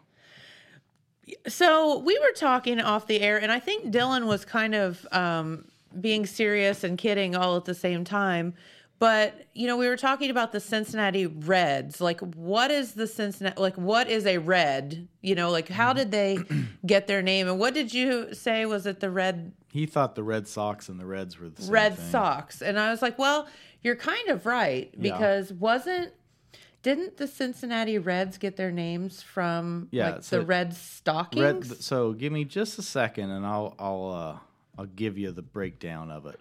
Speaker 3: So we were talking off the air, and I think Dylan was kind of um, being serious and kidding all at the same time. But you know, we were talking about the Cincinnati Reds. Like, what is the Cincinnati? Like, what is a Red? You know, like how did they get their name? And what did you say? Was it the Red
Speaker 4: He thought the Red Sox and the Reds were the same
Speaker 3: Red
Speaker 4: thing.
Speaker 3: Sox. And I was like, well, you're kind of right because wasn't didn't the Cincinnati Reds get their names from
Speaker 4: Yeah,
Speaker 3: like
Speaker 4: so-
Speaker 3: the red
Speaker 4: Red,
Speaker 3: stockings?
Speaker 4: so give me just a second, and I'll I'll uh, I'll give you the breakdown of it.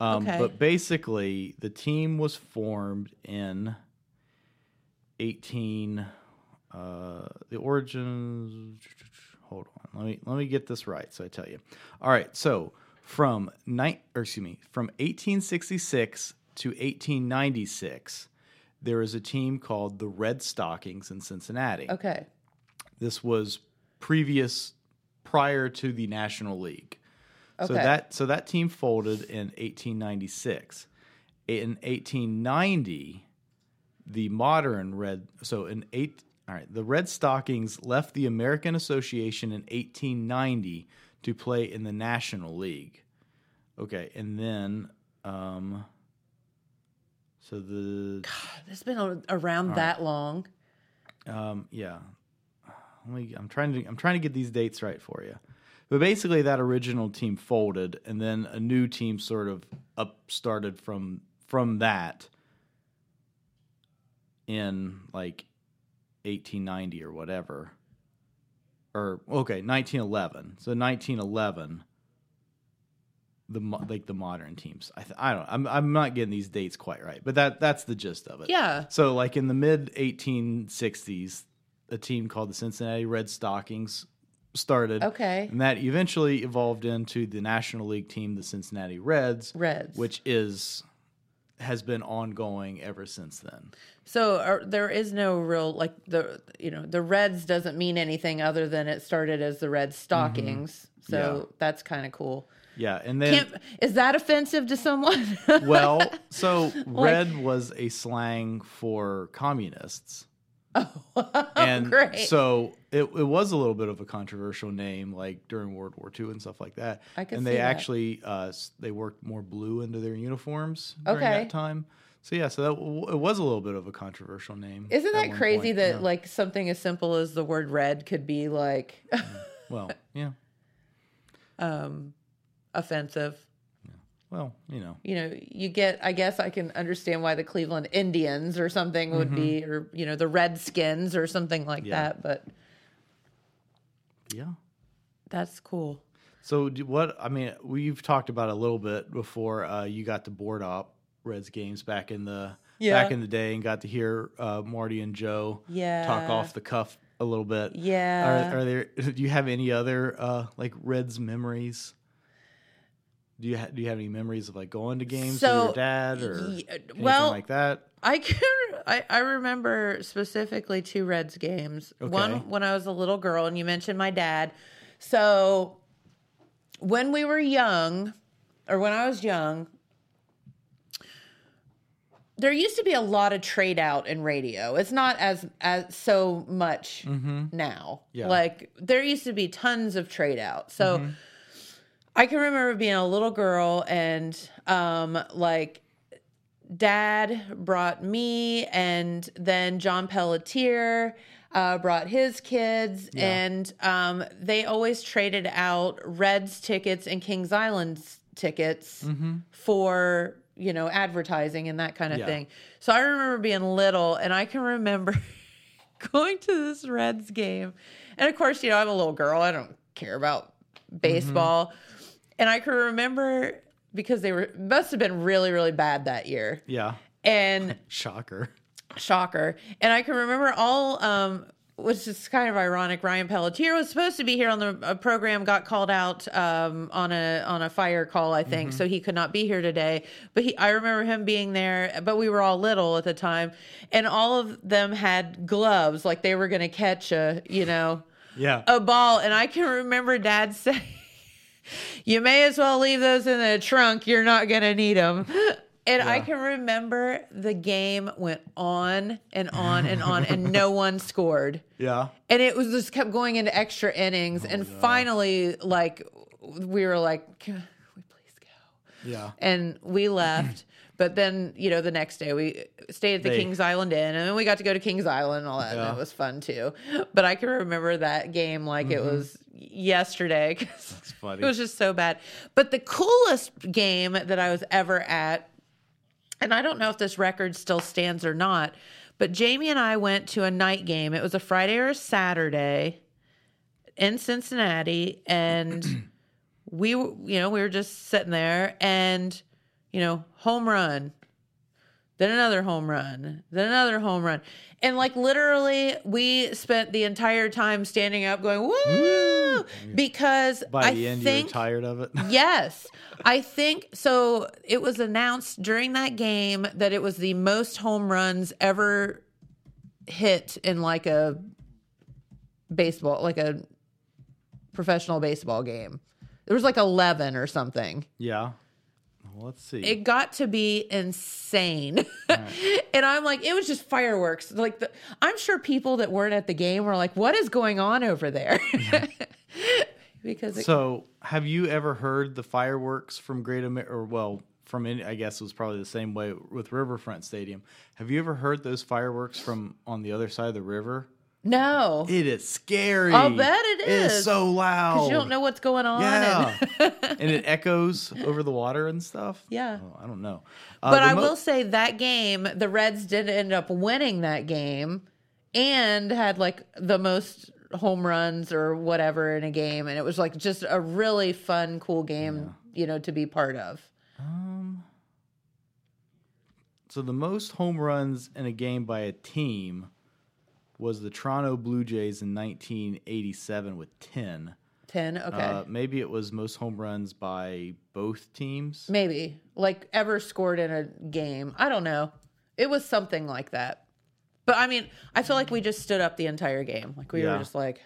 Speaker 4: Um,
Speaker 3: Okay.
Speaker 4: But basically, the team was formed in eighteen. Uh, the origins. Hold on. Let me let me get this right. So I tell you. All right. So from night, or excuse me, from eighteen sixty six to eighteen ninety six, there is a team called the Red Stockings in Cincinnati.
Speaker 3: Okay.
Speaker 4: This was previous prior to the National League. So
Speaker 3: Okay.
Speaker 4: that so that team folded in 1896. In 1890, the modern red so in eight all right, the Red Stockings left the American Association in 1890 to play in the National League. Okay, and then um so the
Speaker 3: It's been a- around that long.
Speaker 4: um, yeah. Let me- I'm trying to I'm trying to get these dates right for you. But basically, that original team folded, and then a new team sort of up started from from that in like 1890 or whatever, or okay, 1911. So 1911. The mo- like the modern teams. I th- I don't. I'm I'm not getting these dates quite right, but that that's the gist of it.
Speaker 3: Yeah.
Speaker 4: So, like in the mid 1860s, a team called the Cincinnati Red Stockings started.
Speaker 3: Okay.
Speaker 4: And that eventually evolved into the National League team, the Cincinnati Reds,
Speaker 3: Reds.
Speaker 4: which is has been ongoing ever since then.
Speaker 3: So are, there is no real like the you know the Reds doesn't mean anything other than it started as the Red Stockings. So
Speaker 4: Mm-hmm. Yeah.
Speaker 3: that's kind of cool.
Speaker 4: Yeah, and then
Speaker 3: Can't, is that offensive to someone?
Speaker 4: well, so red was a slang for communists. and
Speaker 3: Oh, great.
Speaker 4: so it, it was a little bit of a controversial name, like during World War II and stuff like that.
Speaker 3: I can
Speaker 4: and they
Speaker 3: see that.
Speaker 4: actually uh, s- they worked more blue into their uniforms during
Speaker 3: Okay.
Speaker 4: that time. So yeah, so that w- it was a little bit of a controversial name.
Speaker 3: Isn't
Speaker 4: at
Speaker 3: that
Speaker 4: one
Speaker 3: crazy
Speaker 4: point,
Speaker 3: that
Speaker 4: yeah.
Speaker 3: like something as simple as the word red could be like
Speaker 4: well, yeah,
Speaker 3: um offensive?
Speaker 4: well, you know,
Speaker 3: You know, you get I guess I can understand why the Cleveland Indians or something would be or you know, the Redskins or something like
Speaker 4: Mm-hmm. Yeah.
Speaker 3: that, but
Speaker 4: yeah.
Speaker 3: that's cool.
Speaker 4: So do- what I mean, we've talked about it a little bit before uh, you got to board op Reds games back in the
Speaker 3: Yeah.
Speaker 4: back in the day and got to hear uh, Marty and Joe
Speaker 3: Yeah.
Speaker 4: talk off the cuff a little bit.
Speaker 3: Yeah.
Speaker 4: Are, are there? Do you have any other uh, like Reds memories? Do you ha- do you have any memories of like going to games with
Speaker 3: So,
Speaker 4: your dad or
Speaker 3: y-
Speaker 4: anything
Speaker 3: well,
Speaker 4: like that?
Speaker 3: I can I, I remember specifically two Reds games.
Speaker 4: Okay.
Speaker 3: One when I was a little girl, and you mentioned my dad. So when we were young, or when I was young, there used to be a lot of trade out in radio. It's not as as so much now.
Speaker 4: Mm-hmm. Yeah. Mm-hmm.
Speaker 3: Like there used to be tons of trade out. So I can remember being a little girl and um like dad brought me and then John Pelletier uh, brought his kids and um, they always traded out Reds tickets and Kings Island's tickets for you know advertising and that kind of
Speaker 4: Yeah.
Speaker 3: thing. So I remember being little and I can remember going to this Reds game. And of course, you know, I'm a little girl. I don't care about baseball. And I can remember because they were must have been really, really bad that year.
Speaker 4: Yeah,
Speaker 3: And
Speaker 4: shocker.
Speaker 3: shocker. And I can remember all um which is kind of ironic. Ryan Pelletier was supposed to be here on the uh, program, got called out um, on a on a fire call, I think, so he could not be here today. But he, I remember him being there. But we were all little at the time, and all of them had gloves, like they were going to catch a, you know,
Speaker 4: Yeah,
Speaker 3: a ball, and I can remember Dad saying, "You may as well leave those in the trunk. You're not gonna need them." And I can remember the game went on and on and on, and no one scored.
Speaker 4: yeah.
Speaker 3: And it was just kept going into extra innings, and finally, like we were like, "Can we please go?"
Speaker 4: Yeah.
Speaker 3: And we left. But then, you know, the next day we stayed at the
Speaker 4: They-
Speaker 3: Kings Island Inn and then we got to go to Kings Island and all that. And
Speaker 4: Yeah.
Speaker 3: it was fun too. But I can remember that game like it was yesterday 'cause
Speaker 4: Mm-hmm. funny.
Speaker 3: it was just so bad. But the coolest game that I was ever at, and I don't know if this record still stands or not, but Jamie and I went to a night game. It was a Friday or a Saturday in Cincinnati, and we, w- you know, we were just sitting there, and you know, home run, then another home run, then another home run, and like literally, we spent the entire time standing up, going woo, do because
Speaker 4: By
Speaker 3: I
Speaker 4: the end,
Speaker 3: think
Speaker 4: you're tired of it.
Speaker 3: yes. I think so. It was announced during that game that it was the most home runs ever hit in like a baseball, like a professional baseball game. There was like 11 or something.
Speaker 4: yeah. Well, let's see.
Speaker 3: It got to be insane. and I'm like, it was just fireworks. Like, the, I'm sure people that weren't at the game were like, what is going on over there? because it
Speaker 4: so, have you ever heard the fireworks from Great America? Or well, from any, I guess it was probably the same way with Riverfront Stadium. Have you ever heard those fireworks from on the other side of the river?
Speaker 3: no.
Speaker 4: It is scary.
Speaker 3: I'll bet it
Speaker 4: It is
Speaker 3: is.
Speaker 4: so loud.
Speaker 3: Because you don't know what's going on.
Speaker 4: Yeah.
Speaker 3: and-
Speaker 4: and it echoes over the water and stuff.
Speaker 3: Yeah.
Speaker 4: Oh, I don't know. Uh,
Speaker 3: but
Speaker 4: the
Speaker 3: I
Speaker 4: mo-
Speaker 3: will say that game, the Reds did end up winning that game and had like the most home runs or whatever in a game. And it was like just a really fun, cool game, you know, to be part of.
Speaker 4: So the most home runs in a game by a team was the Toronto Blue Jays in 1987 with 10.
Speaker 3: 10. Okay.
Speaker 4: Uh, maybe it was most home runs by both teams.
Speaker 3: Maybe like ever scored in a game. I don't know. It was something like that. But I mean, I feel like we just stood up the entire game. Like we
Speaker 4: Yeah.
Speaker 3: were just like,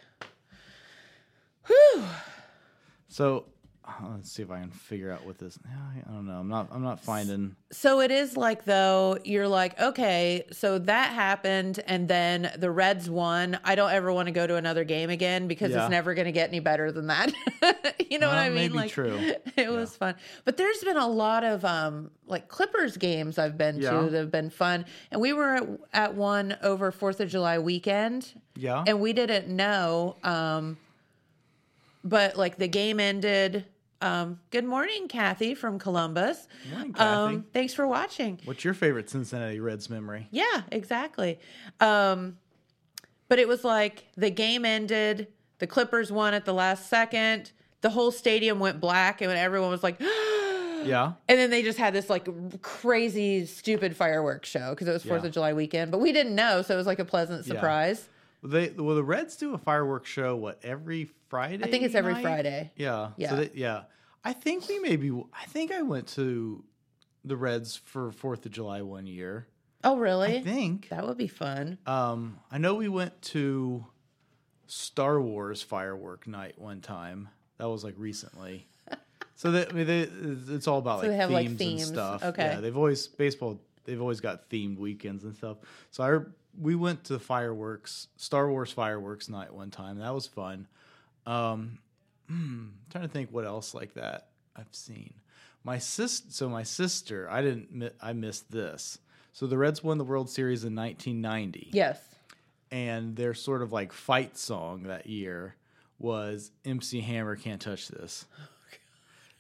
Speaker 4: So uh, let's see if I can figure out what this. I- I don't know. I'm not. I'm not finding.
Speaker 3: So it is like though you're like okay, so that happened, and then the Reds won. I don't ever want to go to another game again because
Speaker 4: Yeah.
Speaker 3: it's never going to get any better than that. you know what
Speaker 4: Well,
Speaker 3: I mean?
Speaker 4: maybe
Speaker 3: like,
Speaker 4: true.
Speaker 3: It was fun, but there's been a lot of um like Clippers games I've been
Speaker 4: Yeah.
Speaker 3: to that have been fun, and we were at, at one over Fourth of July weekend,
Speaker 4: Yeah.
Speaker 3: and we didn't know. Um, but like the game ended. Um, good morning, Kathy from Columbus.
Speaker 4: Morning,
Speaker 3: Um,
Speaker 4: Kathy.
Speaker 3: thanks for watching.
Speaker 4: What's your favorite Cincinnati Reds memory?
Speaker 3: Yeah, exactly. Um, but it was like the game ended, the Clippers won at the last second, the whole stadium went black, and everyone was like, and
Speaker 4: Yeah.
Speaker 3: then they just had this like crazy, stupid fireworks show because it was Fourth
Speaker 4: Yeah.
Speaker 3: of July weekend, but we didn't know, so it was like a pleasant
Speaker 4: Yeah.
Speaker 3: surprise.
Speaker 4: They well, the Reds do a fireworks show. What every Friday?
Speaker 3: I think it's every
Speaker 4: night?
Speaker 3: Friday.
Speaker 4: Yeah.
Speaker 3: Yeah.
Speaker 4: So they, yeah. I think we maybe. I think I went to the Reds for Fourth of July one year.
Speaker 3: Oh,
Speaker 4: I
Speaker 3: really?
Speaker 4: think.
Speaker 3: That would be fun.
Speaker 4: Um, I know we went to Star Wars firework night one time. That was like recently. so that I mean, they, it's all about
Speaker 3: So
Speaker 4: like,
Speaker 3: they have, like,
Speaker 4: themes
Speaker 3: themes.
Speaker 4: and stuff.
Speaker 3: Okay.
Speaker 4: Yeah, they've always baseball. They've always got themed weekends and stuff. So I we went to fireworks Star Wars fireworks night one time. That was fun. Um, hmm, trying to think what else like that I've seen. My sis, so my sister, I didn't, mi- I missed this. So the Reds won the World Series in 1990
Speaker 3: Yes.
Speaker 4: and their sort of like fight song that year was MC Hammer can't touch this.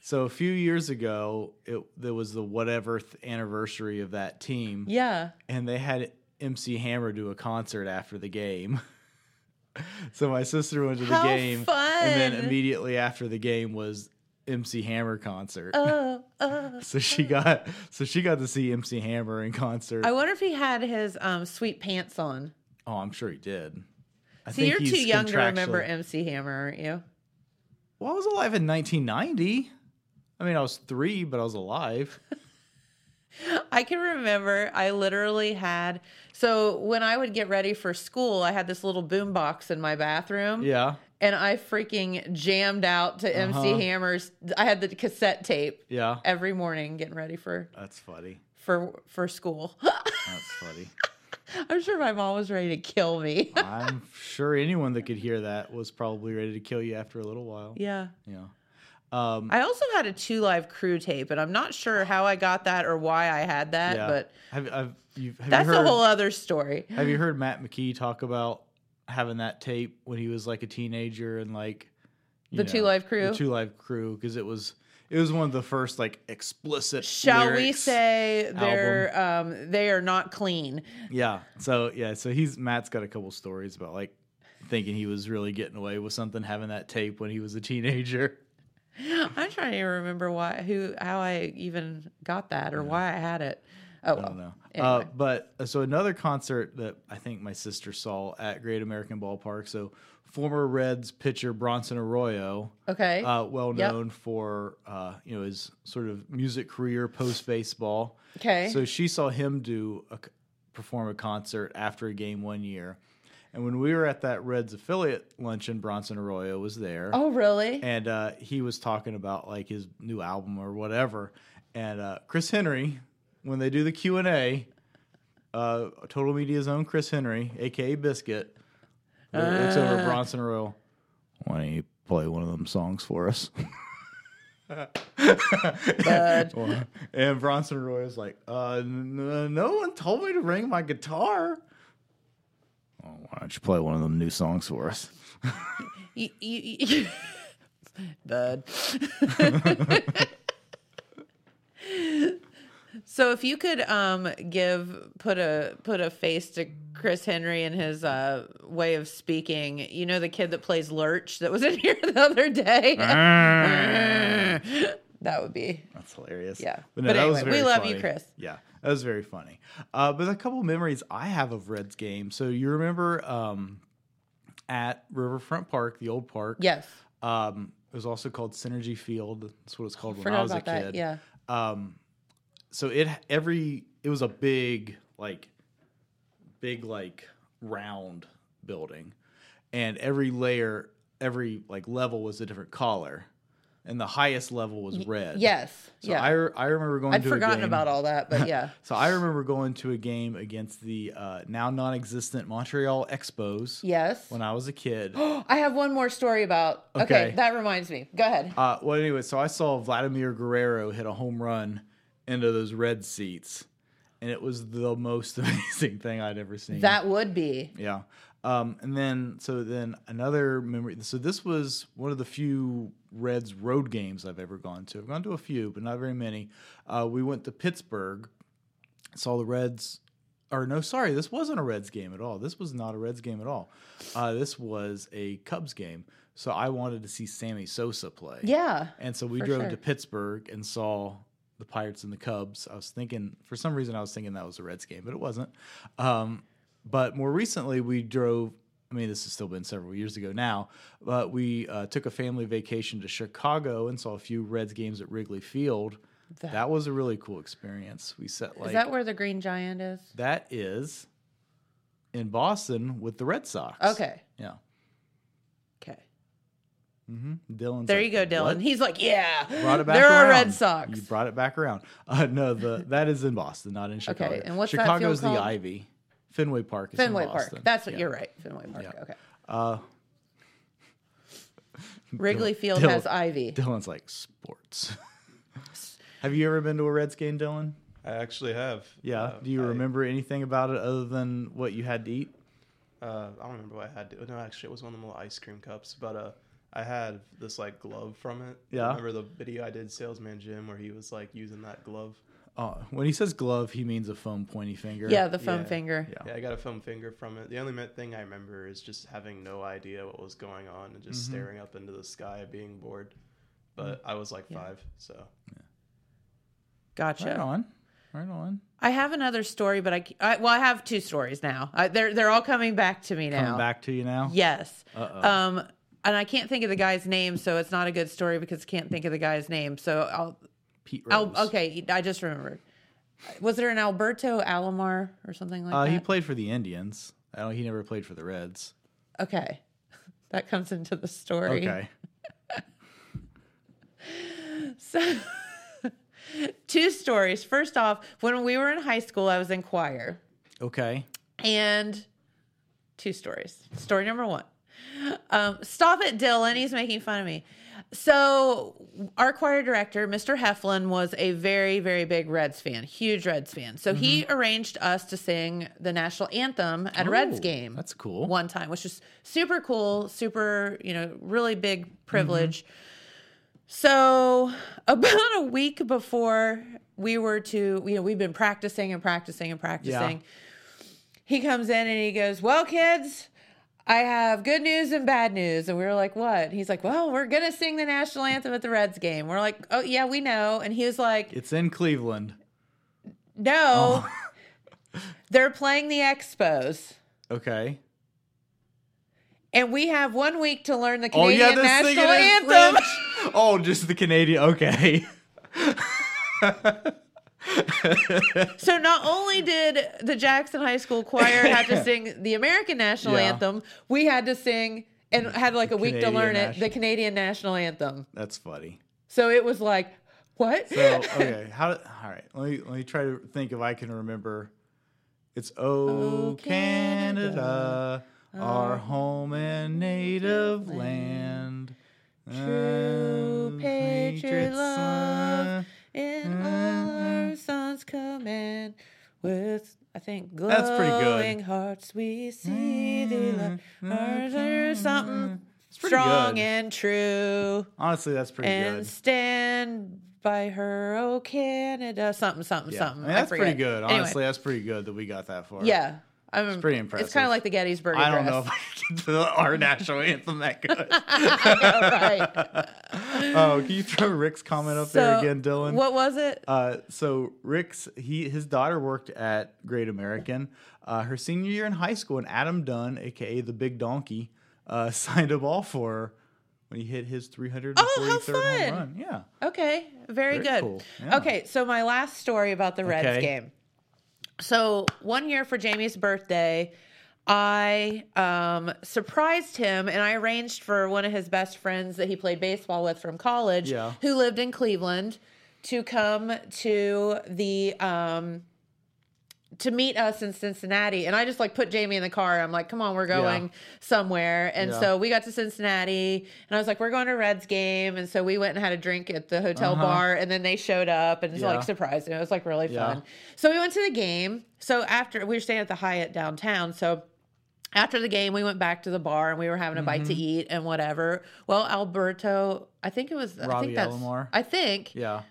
Speaker 4: So a few years ago, it there was the whatever th- anniversary of that team,
Speaker 3: Yeah.
Speaker 4: and they had MC Hammer do a concert after the game. so my sister went to the
Speaker 3: How
Speaker 4: game, and then
Speaker 3: fun.
Speaker 4: immediately after the game was MC Hammer concert.
Speaker 3: Oh, oh.
Speaker 4: so she got so she got to see MC Hammer in concert.
Speaker 3: I wonder if he had his um, sweet pants on.
Speaker 4: oh, I'm sure he did. I
Speaker 3: See, you're too
Speaker 4: he's
Speaker 3: young to remember
Speaker 4: contractually-
Speaker 3: MC Hammer, aren't you?
Speaker 4: Well, I was alive in 1990. I mean, I was three, but I was alive.
Speaker 3: I can remember I literally had so when I would get ready for school, I had this little boom box in my bathroom.
Speaker 4: Yeah,
Speaker 3: And I freaking jammed out to
Speaker 4: Uh-huh.
Speaker 3: MC Hammer's I had the cassette tape
Speaker 4: yeah.
Speaker 3: every morning getting ready for
Speaker 4: That's funny.
Speaker 3: for for school.
Speaker 4: That's funny.
Speaker 3: I'm sure my mom was ready to kill me.
Speaker 4: I'm sure anyone that could hear that was probably ready to kill you after a little while.
Speaker 3: yeah.
Speaker 4: Yeah. Um,
Speaker 3: I also had a two live crew tape and I'm not sure how I got that or why I had that,
Speaker 4: yeah.
Speaker 3: but
Speaker 4: have, have, you've, have
Speaker 3: that's
Speaker 4: you heard,
Speaker 3: a whole other story.
Speaker 4: Have you heard Matt McKee talk about having that tape when he was like a teenager and like you
Speaker 3: The
Speaker 4: know,
Speaker 3: Two Live Crew?
Speaker 4: The Two Live Crew, because it was it was one of the first like explicit.
Speaker 3: Shall we
Speaker 4: lyrics.
Speaker 3: say they're um, they are not clean?
Speaker 4: Yeah. So yeah. So he's Matt's got a couple stories about like thinking he was really getting away with something having that tape when he was a teenager.
Speaker 3: I'm trying to remember why, who, how I even got that or why I had it. Oh,
Speaker 4: I
Speaker 3: well.
Speaker 4: don't know. Uh,
Speaker 3: Anyway.
Speaker 4: but so another concert that I think my sister saw at Great American Ballpark. So former Reds pitcher Bronson Arroyo,
Speaker 3: Okay.
Speaker 4: uh, well known for uh, you know his sort of music career post baseball.
Speaker 3: okay.
Speaker 4: So she saw him do a, c- perform a concert after a game one year, and when we were at that Reds affiliate luncheon, Bronson Arroyo was there
Speaker 3: oh, really?
Speaker 4: and uh, he was talking about like his new album or whatever. And uh, Chris Henry, when they do the Q and A, uh, Total Media's own Chris Henry, aka Biscuit, looks over Bronson Royal. Why don't you play one of them songs for us?
Speaker 3: Bud.
Speaker 4: and Bronson Roy is like, uh, n- no one told me to bring my guitar. Oh, why don't you play one of them new songs for us?
Speaker 3: You- you- you- Bud. so if you could um give put a put a face to Chris Henry and his uh way of speaking, you know the kid that plays Lurch that was in here the other day. that would be
Speaker 4: That's hilarious.
Speaker 3: Yeah.
Speaker 4: But, no,
Speaker 3: But
Speaker 4: that was
Speaker 3: anyway, we
Speaker 4: very
Speaker 3: love you,
Speaker 4: funny.
Speaker 3: Chris.
Speaker 4: Yeah. That was very funny. Uh, but a couple of memories I have of Reds game. So you remember um, at Riverfront Park, the old park.
Speaker 3: yes.
Speaker 4: Um, it was also called Synergy Field. That's what it's called when
Speaker 3: Forgot
Speaker 4: I was a
Speaker 3: about that.
Speaker 4: kid. Um,
Speaker 3: Yeah.
Speaker 4: So it every it was a big like big like round building, and every layer, every like level was a different color, and the highest level was red.
Speaker 3: Yes.
Speaker 4: So
Speaker 3: yeah.
Speaker 4: I, re- I remember going.
Speaker 3: I'd
Speaker 4: to a
Speaker 3: forgotten
Speaker 4: game.
Speaker 3: about all that, but yeah.
Speaker 4: So I remember going to a game against the uh, now non-existent Montreal Expos
Speaker 3: Yes.
Speaker 4: when I was a kid.
Speaker 3: I have one more story about. Okay,
Speaker 4: Okay.
Speaker 3: that reminds me. Go ahead.
Speaker 4: uh, well, anyway, so I saw Vladimir Guerrero hit a home run into those red seats, and it was the most amazing thing I'd ever seen.
Speaker 3: that would be.
Speaker 4: yeah. Um, and then so then another memory. So this was one of the few Reds road games I've ever gone to. I've gone to a few, but not very many. Uh, we went to Pittsburgh saw the Reds. Or no, sorry, this wasn't a Reds game at all. This was not a Reds game at all. Uh, this was a Cubs game. So I wanted to see Sammy Sosa play.
Speaker 3: Yeah.
Speaker 4: And so we
Speaker 3: for
Speaker 4: drove
Speaker 3: sure.
Speaker 4: to Pittsburgh and saw the Pirates and the Cubs. I was thinking, for some reason, I was thinking that was a Reds game, but it wasn't. Um, but more recently, we drove. I mean, this has still been several years ago now, but we uh, took a family vacation to Chicago and saw a few Reds games at Wrigley Field. That, was a really cool experience. We set like
Speaker 3: is that where the Green Giant is?
Speaker 4: that is in Boston with the Red Sox.
Speaker 3: Okay.
Speaker 4: Yeah. Mm-hmm.
Speaker 3: Okay.
Speaker 4: Dylan.
Speaker 3: There you go, Dylan. He's like, yeah.
Speaker 4: Brought it back
Speaker 3: there
Speaker 4: around.
Speaker 3: are Red Sox.
Speaker 4: You brought it back around. Uh, no, the that is in Boston, not in Chicago.
Speaker 3: and what's that field
Speaker 4: Chicago's the
Speaker 3: called?
Speaker 4: Ivy. Fenway Park is
Speaker 3: Fenway
Speaker 4: in Boston.
Speaker 3: Park. That's what
Speaker 4: Yeah.
Speaker 3: you're right. Fenway Park.
Speaker 4: Yeah.
Speaker 3: Okay.
Speaker 4: Uh,
Speaker 3: Wrigley Field
Speaker 4: Dylan-
Speaker 3: has Ivy.
Speaker 4: Dylan's like sports. Have you ever been to a Reds game, Dylan?
Speaker 5: I actually have.
Speaker 4: Yeah.
Speaker 5: Uh,
Speaker 4: Do you
Speaker 5: I-
Speaker 4: remember anything about it other than what you had to eat?
Speaker 5: Uh, I don't remember what I had. To, no, actually, it was one of them little ice cream cups. But uh, I had this like glove from it.
Speaker 4: Yeah.
Speaker 5: Remember the video I did, Salesman Jim, where he was like using that glove.
Speaker 4: Oh, when he says glove, he means a foam pointy finger.
Speaker 3: Yeah, the foam
Speaker 5: Yeah.
Speaker 3: finger.
Speaker 4: Yeah.
Speaker 5: Yeah, I got a film finger from it. The only me- thing I remember is just having no idea what was going on and just
Speaker 3: Mm-hmm.
Speaker 5: staring up into the sky, being bored. But
Speaker 3: Mm.
Speaker 5: I was like five, so
Speaker 3: Gotcha.
Speaker 4: Right on. Right on.
Speaker 3: I have another story, but I, c- I- well, I have two stories now. I, they're they're all coming back to me now.
Speaker 4: Coming back to you now.
Speaker 3: Yes. Um, and I can't think of the guy's name, so it's not a good story because I can't think of the guy's name. So I'll
Speaker 4: Pete Rose.
Speaker 3: Al- Oh, okay, I just remembered. Was there an Alberto Alomar or something like
Speaker 4: Uh,
Speaker 3: that?
Speaker 4: he played for the Indians. I don't, he never played for the Reds.
Speaker 3: okay, that comes into the story.
Speaker 4: Okay.
Speaker 3: So, two stories. First off, when we were in high school, I was in choir,
Speaker 4: Okay.
Speaker 3: and two stories. Story number one. Um, stop it, Dylan. He's making fun of me. So, our choir director, Mr. Heflin, was a very, very big Reds fan, huge Reds fan. So, he arranged us to sing the national anthem at a Reds
Speaker 4: Mm-hmm. Oh,
Speaker 3: game.
Speaker 4: that's cool.
Speaker 3: One time, which is super cool, super, you know, really big
Speaker 4: Mm-hmm.
Speaker 3: privilege. So, about a week before we were to, you know, we've been practicing and practicing and practicing he comes in and he goes, Well, kids, I have good news and bad news. And we were like, What? He's like, Well, we're going to sing the national anthem at the Reds game. We're like, Oh, yeah, we know. And he was like,
Speaker 4: It's in Cleveland.
Speaker 3: No,
Speaker 4: Oh.
Speaker 3: they're playing the Expos.
Speaker 4: Okay.
Speaker 3: and we have one week to learn the
Speaker 4: Oh
Speaker 3: Canadian
Speaker 4: yeah, this thing
Speaker 3: national
Speaker 4: in
Speaker 3: anthem.
Speaker 4: French. Oh, just the Canadian. Okay.
Speaker 3: So not only did the Jackson High School choir have to sing the American national
Speaker 4: Yeah.
Speaker 3: anthem, we had to sing and had like a week to
Speaker 4: Canadian
Speaker 3: learn it,
Speaker 4: national-
Speaker 3: the Canadian national anthem.
Speaker 4: That's funny.
Speaker 3: So it was like, what?
Speaker 4: So okay, how? All right, let me let me try to think if I can remember. It's Oh,
Speaker 3: Oh,
Speaker 4: Canada,
Speaker 3: Canada,
Speaker 4: our home and native land.
Speaker 3: True
Speaker 4: and
Speaker 3: patriot
Speaker 4: patriots, uh,
Speaker 3: love in all our sons command. With I think glowing
Speaker 4: That's pretty good. Mm-hmm.
Speaker 3: hearts we see thee light. Ours are something
Speaker 4: pretty
Speaker 3: strong
Speaker 4: good.
Speaker 3: and true.
Speaker 4: Honestly, that's pretty
Speaker 3: and
Speaker 4: good.
Speaker 3: stand by her, oh Canada, something, something,
Speaker 4: Yeah. I
Speaker 3: something.
Speaker 4: mean,
Speaker 3: I
Speaker 4: that's pretty
Speaker 3: forget.
Speaker 4: good.
Speaker 3: Anyway,
Speaker 4: Honestly, that's pretty good that we got that far.
Speaker 3: yeah, I'm it's
Speaker 4: pretty
Speaker 3: It's kind
Speaker 4: impressive.
Speaker 3: of like the Gettysburg
Speaker 4: I
Speaker 3: Address.
Speaker 4: don't know if I can get to our national anthem that good.
Speaker 3: yeah, right.
Speaker 4: oh, can you throw Rick's comment up there
Speaker 3: So,
Speaker 4: again, Dylan?
Speaker 3: What was it?
Speaker 4: Uh, so Rick's he his daughter worked at Great American. Uh, her senior year in high school, and Adam Dunn, aka the Big Donkey, uh, signed a ball for her when he hit his 343rd
Speaker 3: Oh, how
Speaker 4: home
Speaker 3: fun.
Speaker 4: run. Yeah,
Speaker 3: Okay, very,
Speaker 4: Very
Speaker 3: good.
Speaker 4: cool, yeah.
Speaker 3: Okay, so my last story about the Reds
Speaker 4: Okay.
Speaker 3: game. So one year for Jamie's birthday, I um, surprised him and I arranged for one of his best friends that he played baseball with from college,
Speaker 4: Yeah.
Speaker 3: who lived in Cleveland, to come to the um, to meet us in Cincinnati. And I just like put Jamie in the car. I'm like, come on, we're going somewhere. And
Speaker 4: Yeah.
Speaker 3: so we got to Cincinnati and I was like, we're going to Reds game. And so we went and had a drink at the hotel bar and then they showed up and just
Speaker 4: Uh-huh. Yeah.
Speaker 3: like surprised him. It was like really
Speaker 4: Yeah.
Speaker 3: fun. So we went to the game. So after we were staying at the Hyatt downtown. So after the game, we went back to the bar and we were having a bite
Speaker 4: Mm-hmm.
Speaker 3: to eat and whatever. Well, Alberto, I think it was I
Speaker 4: Robbie
Speaker 3: think that's
Speaker 4: Alomar?
Speaker 3: I think
Speaker 4: yeah.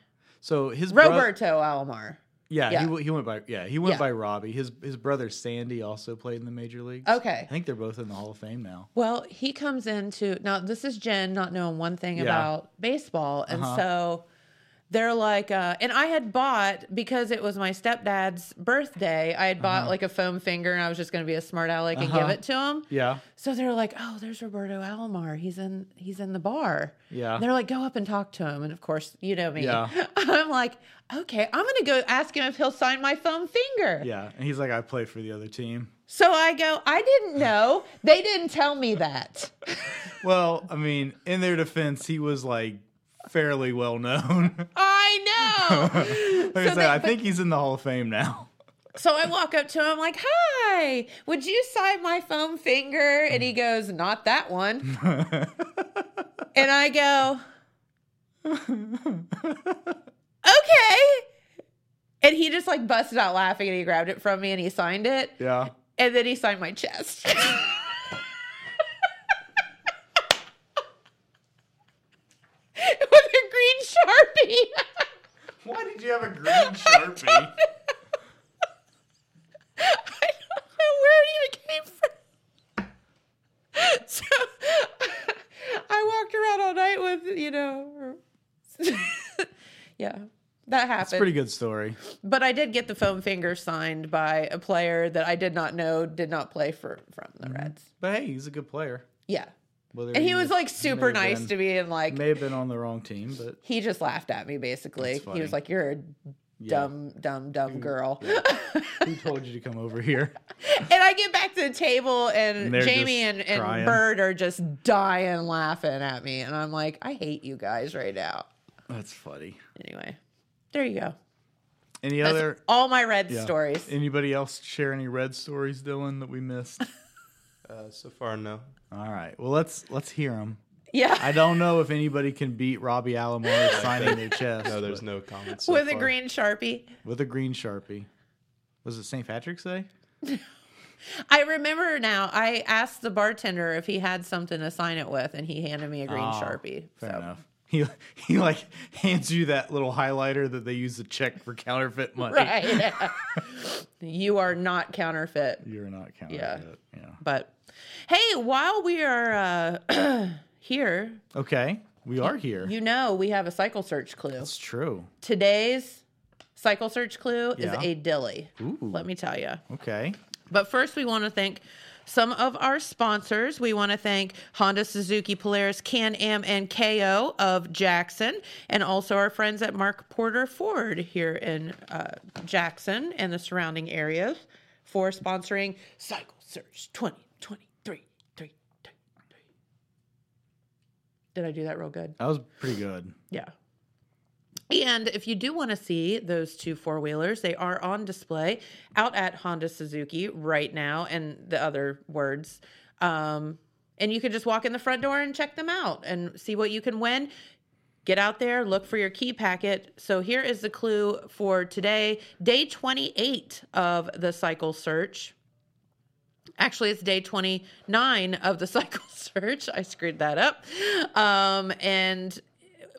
Speaker 4: So his bro-
Speaker 3: Roberto Alomar.
Speaker 4: yeah, He,
Speaker 3: yeah.
Speaker 4: w- he went by yeah he went
Speaker 3: Yeah.
Speaker 4: by Robbie. His his brother Sandy also played in the major leagues.
Speaker 3: Okay.
Speaker 4: I think they're both in the Hall of Fame now.
Speaker 3: Well, he comes into now. This is Jen not knowing one thing
Speaker 4: Yeah. Uh-huh.
Speaker 3: about baseball, and so they're like, uh, and I had bought because it was my stepdad's birthday. I had
Speaker 4: Uh-huh.
Speaker 3: bought like a foam finger, and I was just going to be a smart aleck and give it to him.
Speaker 4: Yeah,
Speaker 3: So they're like, "Oh, there's Roberto Alomar. He's in he's in the bar."
Speaker 4: Yeah.
Speaker 3: And they're like, "Go up and talk to him." And of course, you know me.
Speaker 4: Yeah.
Speaker 3: I'm like, "Okay, I'm going to go ask him if he'll sign my foam finger."
Speaker 4: yeah. And he's like, I play for the other team.
Speaker 3: So I go, "I didn't know. They didn't tell me that."
Speaker 4: Well, I mean, in their defense, he was like fairly well known.
Speaker 3: I know.
Speaker 4: like I
Speaker 3: So
Speaker 4: said,
Speaker 3: they-
Speaker 4: I
Speaker 3: but-
Speaker 4: think he's in the Hall of Fame now.
Speaker 3: So I walk up to him, I'm like, hi, would you sign my foam finger? And he goes, not that one. and I go, okay. And he just like busted out laughing and he grabbed it from me and he signed it.
Speaker 4: Yeah.
Speaker 3: And then he signed my chest. With a green sharpie.
Speaker 4: Why did you have a green sharpie?
Speaker 3: I don't know where it even came from. So I walked around all night with, you know, yeah, that happened.
Speaker 4: It's a pretty good story.
Speaker 3: But I did get the foam finger signed by a player that I did not know did not play for from the
Speaker 4: Mm-hmm.
Speaker 3: Reds.
Speaker 4: But hey, he's a good player.
Speaker 3: Yeah,
Speaker 4: Whether
Speaker 3: and he was like super
Speaker 4: have
Speaker 3: nice
Speaker 4: been-
Speaker 3: to me, and like
Speaker 4: may have been on the wrong team, but
Speaker 3: he just laughed at me basically.
Speaker 4: That's
Speaker 3: He was
Speaker 4: funny.
Speaker 3: like,
Speaker 4: Mm-hmm.
Speaker 3: "You're a dumb, dumb, dumb girl."
Speaker 4: who told you to come over here?
Speaker 3: And I get back to the table, and,
Speaker 4: And they're
Speaker 3: Jamie
Speaker 4: just
Speaker 3: and, and
Speaker 4: crying.
Speaker 3: Bird are just dying laughing at me. And I'm like, I hate you guys right now.
Speaker 4: That's funny.
Speaker 3: Anyway, there you go.
Speaker 4: Any
Speaker 3: That's
Speaker 4: other
Speaker 3: all my red
Speaker 4: yeah.
Speaker 3: stories.
Speaker 4: Anybody else share any red stories, Dylan, that we missed?
Speaker 5: Uh, so far, no.
Speaker 4: All right. Well, let's let's hear them.
Speaker 3: yeah.
Speaker 4: I don't know if anybody can beat Robbie Alomar signing their chest.
Speaker 5: No, there's
Speaker 4: but-
Speaker 5: no comments. so
Speaker 3: With a
Speaker 5: far.
Speaker 3: green Sharpie.
Speaker 4: with a green sharpie. Was it St. Patrick's Day?
Speaker 3: I remember now, I asked the bartender if he had something to sign it with, and he handed me a green Sharpie.
Speaker 4: Ah, Fair
Speaker 3: so.
Speaker 4: enough. He he like hands you that little highlighter that they use to check for counterfeit money.
Speaker 3: Right. you are not counterfeit.
Speaker 4: You're not counterfeit. yeah.
Speaker 3: But hey, while we are uh, here,
Speaker 4: Okay, we are here.
Speaker 3: you know we have a cycle search clue.
Speaker 4: It's true.
Speaker 3: Today's cycle search clue
Speaker 4: Yeah.
Speaker 3: is a dilly.
Speaker 4: Ooh.
Speaker 3: Let me tell you.
Speaker 4: Okay.
Speaker 3: But first, we want to thank Some of our sponsors, we want to thank Honda, Suzuki, Polaris, Can Am, and KO of Jackson, and also our friends at Mark Porter Ford here in uh, Jackson and the surrounding areas for sponsoring Cycle Search 2023. Three, three, three. Did I do that real good?
Speaker 4: That was pretty good.
Speaker 3: Yeah. And if you do want to see those two four wheelers, they are on display out at Honda Suzuki right now, and the other words. Um, and you can just walk in the front door and check them out and see what you can win. Get out there, look for your key packet. So here is the clue for today, day 28 of the cycle search. Actually, it's day 29 of the cycle search. I screwed that up. Um, and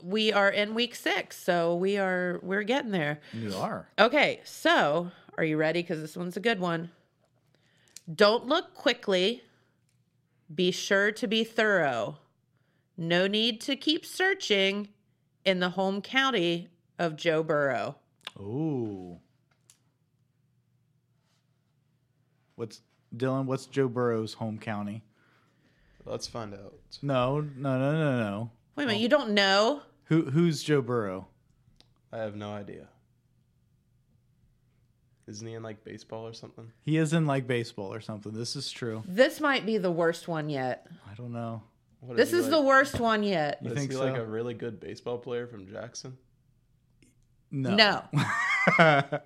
Speaker 3: we are in week six, so we are we're getting there.
Speaker 4: You are.
Speaker 3: Okay, so are you ready? Because this one's a good one. Don't look quickly. Be sure to be thorough. No need to keep searching in the home county of Joe Burrow.
Speaker 4: Ooh. What's Dylan? What's Joe Burrow's home county?
Speaker 5: Let's find out.
Speaker 4: No, no, no, no, no.
Speaker 3: Wait a minute, you don't know?
Speaker 4: Who who's Joe Burrow?
Speaker 5: I have no idea. Isn't he in like baseball or something?
Speaker 4: He is in like baseball or something. This is true.
Speaker 3: This might be the worst one yet.
Speaker 4: I don't know.
Speaker 5: What
Speaker 3: This
Speaker 5: he,
Speaker 3: is
Speaker 5: like-
Speaker 3: the worst one yet.
Speaker 4: You
Speaker 5: Is
Speaker 4: think
Speaker 5: he like
Speaker 4: so?
Speaker 5: a really good baseball player from Jackson?
Speaker 4: No.
Speaker 3: No.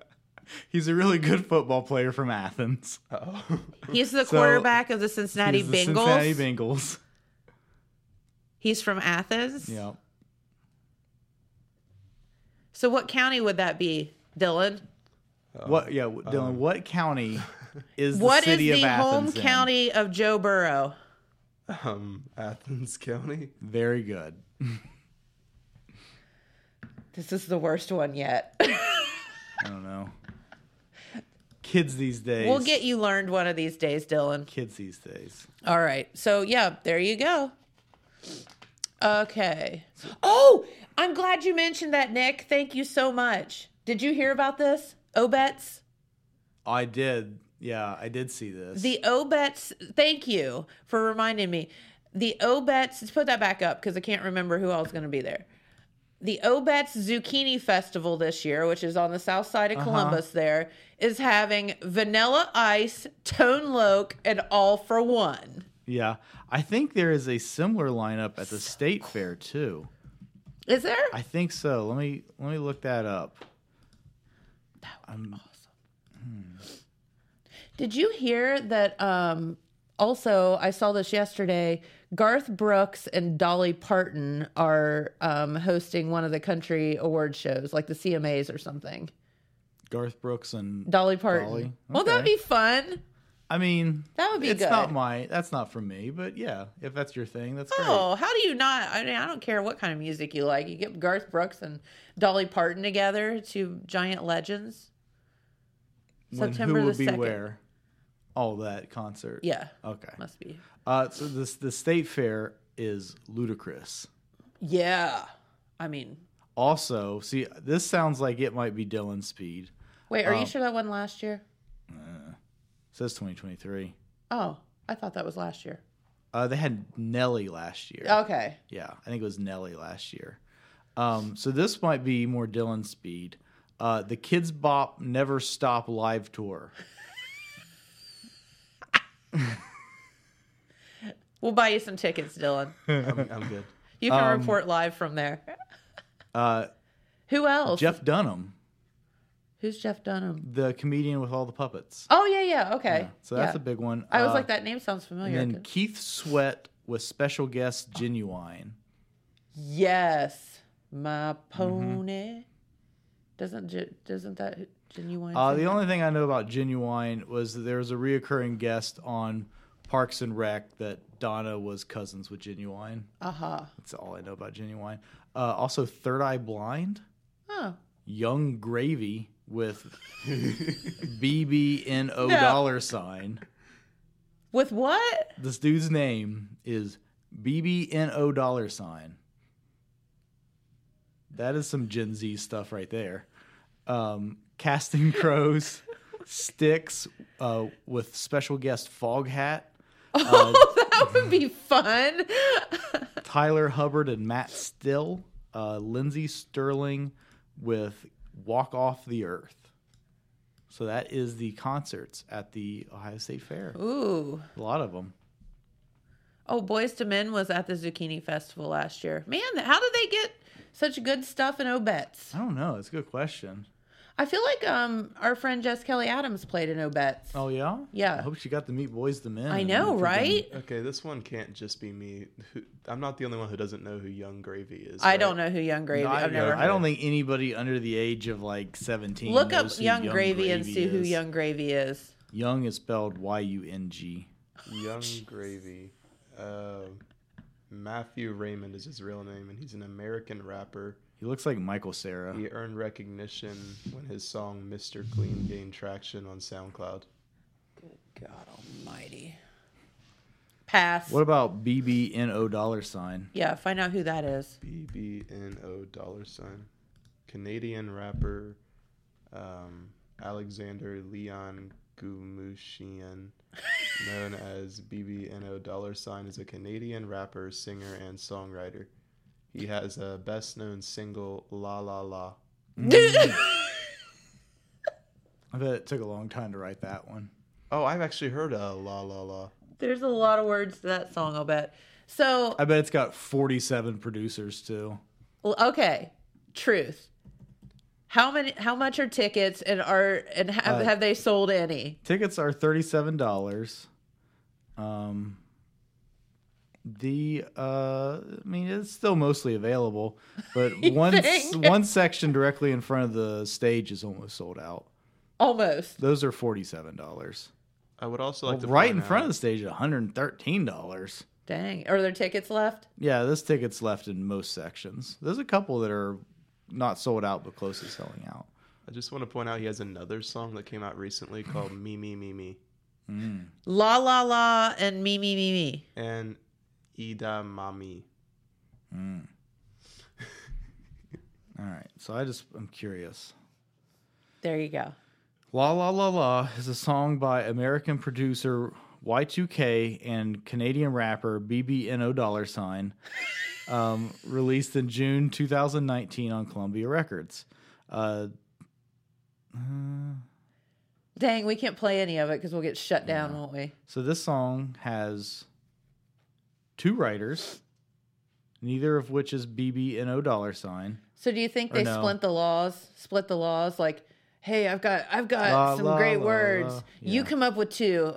Speaker 4: He's a really good football player from Athens.
Speaker 5: Oh,
Speaker 3: He's the quarterback of the Cincinnati
Speaker 4: He's the
Speaker 3: Bengals.
Speaker 4: Cincinnati Bengals.
Speaker 3: He's from Athens.
Speaker 4: Yeah.
Speaker 3: So what county would that be, Dylan?
Speaker 4: What? Yeah, Dylan. what county is the
Speaker 3: What is
Speaker 4: city
Speaker 3: the
Speaker 4: of Athens
Speaker 3: home
Speaker 4: in?
Speaker 3: county of Joe Burrow?
Speaker 5: um, Athens County.
Speaker 4: Very good.
Speaker 3: This is the worst one yet.
Speaker 4: I don't know. Kids these days.
Speaker 3: we'll get you learned one of these days, Dylan.
Speaker 4: kids these days.
Speaker 3: All right. So yeah, there you go. Okay. Oh, I'm glad you mentioned that, Nick. Thank you so much. Did you hear about this? Obets?
Speaker 4: I did. Yeah, I did see this.
Speaker 3: The Obets, thank you for reminding me. The Obets, let's put that back up because I can't remember who all is going to be there. The Obets Zucchini Festival this year, which is on the south side of Columbus, there is having vanilla ice, tone loc, and all for one.
Speaker 4: yeah, I think there is a similar lineup at the state fair too.
Speaker 3: Is there?
Speaker 4: I think so. Let me let me look that up.
Speaker 3: Did you hear that? Um, also, I saw this yesterday. Garth Brooks and Dolly Parton are um, hosting one of the country award shows, like the CMAs or something.
Speaker 4: Garth Brooks and
Speaker 3: Dolly Parton.
Speaker 4: Dolly?
Speaker 3: Well, that'd
Speaker 4: Okay.
Speaker 3: be fun.
Speaker 4: I mean
Speaker 3: That would be
Speaker 4: it's
Speaker 3: good.
Speaker 4: not my that's not from me, but yeah, if that's your thing, that's great.
Speaker 3: Oh, how do you not? I mean, I don't care what kind of music you like. You get Garth Brooks and Dolly Parton together, two giant legends.
Speaker 4: When
Speaker 3: September
Speaker 4: who
Speaker 3: the
Speaker 4: will be
Speaker 3: 2nd.
Speaker 4: where? All that concert.
Speaker 3: Yeah,
Speaker 4: Okay.
Speaker 3: must be.
Speaker 4: Uh, so this the state fair is ludicrous.
Speaker 3: Yeah, I mean,
Speaker 4: Also, see, this sounds like it might be Dylan Speed.
Speaker 3: wait,
Speaker 4: Oh.
Speaker 3: are you sure that one last year?
Speaker 4: says 2023.
Speaker 3: Oh, I thought that was last year.
Speaker 4: Uh, they had Nelly last year.
Speaker 3: Oh, Okay,
Speaker 4: Yeah, I think it was Nelly last year. Um, so this might be more Dylan Speed. Uh, the Kids Bop Never Stop Live Tour.
Speaker 3: we'll buy you some tickets, Dylan.
Speaker 5: I'm, I'm good.
Speaker 3: You can report live from there.
Speaker 4: Um, Uh,
Speaker 3: Who else?
Speaker 4: Jeff Dunham,
Speaker 3: Who's Jeff Dunham?
Speaker 4: the comedian with all the puppets.
Speaker 3: Oh yeah, yeah. Okay.
Speaker 4: So that's
Speaker 3: Yeah.
Speaker 4: a big one.
Speaker 3: I was
Speaker 4: Uh,
Speaker 3: like, that name sounds
Speaker 4: And
Speaker 3: familiar.
Speaker 4: then Keith Sweat with special guest Genuine.
Speaker 3: Yes, my pony. Mm-hmm. Doesn't ge- doesn't that genuine?
Speaker 4: Uh,
Speaker 3: sing
Speaker 4: the
Speaker 3: it?
Speaker 4: only thing I know about Genuine was that there was a reoccurring guest on Parks and Rec that Donna was cousins with Genuine.
Speaker 3: uh-huh.
Speaker 4: That's all I know about Genuine. Uh, also, Third Eye Blind,
Speaker 3: Oh.
Speaker 4: Young Gravy with BBNO
Speaker 3: No.
Speaker 4: dollar sign.
Speaker 3: With what?
Speaker 4: This dude's name is BBNO dollar sign. That is some Gen Z stuff right there. Um, Casting Crows, Sticks uh, with special guest Foghat, Oh.
Speaker 3: that would be fun.
Speaker 4: Tyler Hubbard and Matt Still, uh, Lindsey Sterling with Walk Off the Earth. So that is the concerts at the Ohio State Fair.
Speaker 3: Ooh.
Speaker 4: A lot of them.
Speaker 3: Oh, Boys to Men was at the Zucchini Festival last year. Man, how did they get such good stuff in Obetz?
Speaker 4: I don't know. It's a good question.
Speaker 3: I feel like um our friend Jess Kelly Adams played in Obetz.
Speaker 4: Oh yeah,
Speaker 3: Yeah.
Speaker 4: I hope she got to meet Boys the Men.
Speaker 3: I know, right?
Speaker 5: Okay, this one can't just be me. Who- I'm not the only one who doesn't know who Young Gravy is.
Speaker 3: I
Speaker 5: right?
Speaker 3: don't know who Young Gravy.
Speaker 4: I,
Speaker 3: I've never.
Speaker 4: I don't think anybody under the age of like seventeen.
Speaker 3: Look up
Speaker 4: knows who
Speaker 3: Young, Gravy, and see who
Speaker 4: is.
Speaker 3: Young Gravy is.
Speaker 4: Young is spelled Y U N G.
Speaker 5: Young Gravy. Um Matthew Raymond is his real name, and he's an American rapper.
Speaker 4: He looks like Michael Sarah.
Speaker 5: He earned recognition when his song Mr. Clean gained traction on SoundCloud.
Speaker 3: God Almighty. Pass.
Speaker 4: What about B B N O dollar sign?
Speaker 3: yeah, find out who that is.
Speaker 5: BBNO dollar sign. Canadian rapper um, Alexander Leon Gumushian, known as BBNO dollar sign, is a Canadian rapper, singer, and songwriter. He has a best known single, La La La.
Speaker 4: Mm. I bet it took a long time to write that one.
Speaker 5: Oh, I've actually heard a La La La.
Speaker 3: There's a lot of words to that song, I'll bet. So,
Speaker 4: I bet it's got forty-seven producers too.
Speaker 3: Well, okay, truth. How many? How much are tickets, and are and
Speaker 4: Uh,
Speaker 3: have, have they sold any?
Speaker 4: Tickets are thirty-seven dollars. Um, the uh, I mean, it's still mostly available, but one s-
Speaker 3: think?
Speaker 4: one section directly in front of the stage is almost sold out.
Speaker 3: Almost.
Speaker 4: Those are forty-seven dollars.
Speaker 5: I would also like to
Speaker 4: right
Speaker 5: point
Speaker 4: in front of
Speaker 5: out-
Speaker 4: the stage, one hundred and thirteen dollars.
Speaker 3: Dang. Are there tickets left?
Speaker 4: Yeah, this ticket's left in most sections. There's a couple that are not sold out, but close to selling out.
Speaker 5: I just want to point out he has another song that came out recently called Me Me Me Me
Speaker 3: La la la and me me me me.
Speaker 5: and Ida Mami.
Speaker 4: All right, so I just I'm curious.
Speaker 3: There you go.
Speaker 4: La La La La is a song by American producer Y2K and Canadian rapper BBNO dollar sign, um, released in June 2019 on Columbia Records. Uh,
Speaker 3: Dang, we can't play any of it because we'll get shut down, won't we?
Speaker 4: so this song has two writers, neither of which is BBNO dollar sign.
Speaker 3: So do you think they
Speaker 4: no.
Speaker 3: split the laws? Split the laws like, hey, I've got I've got
Speaker 4: La,
Speaker 3: some
Speaker 4: la,
Speaker 3: great
Speaker 4: la,
Speaker 3: words.
Speaker 4: la.
Speaker 3: You come up with two.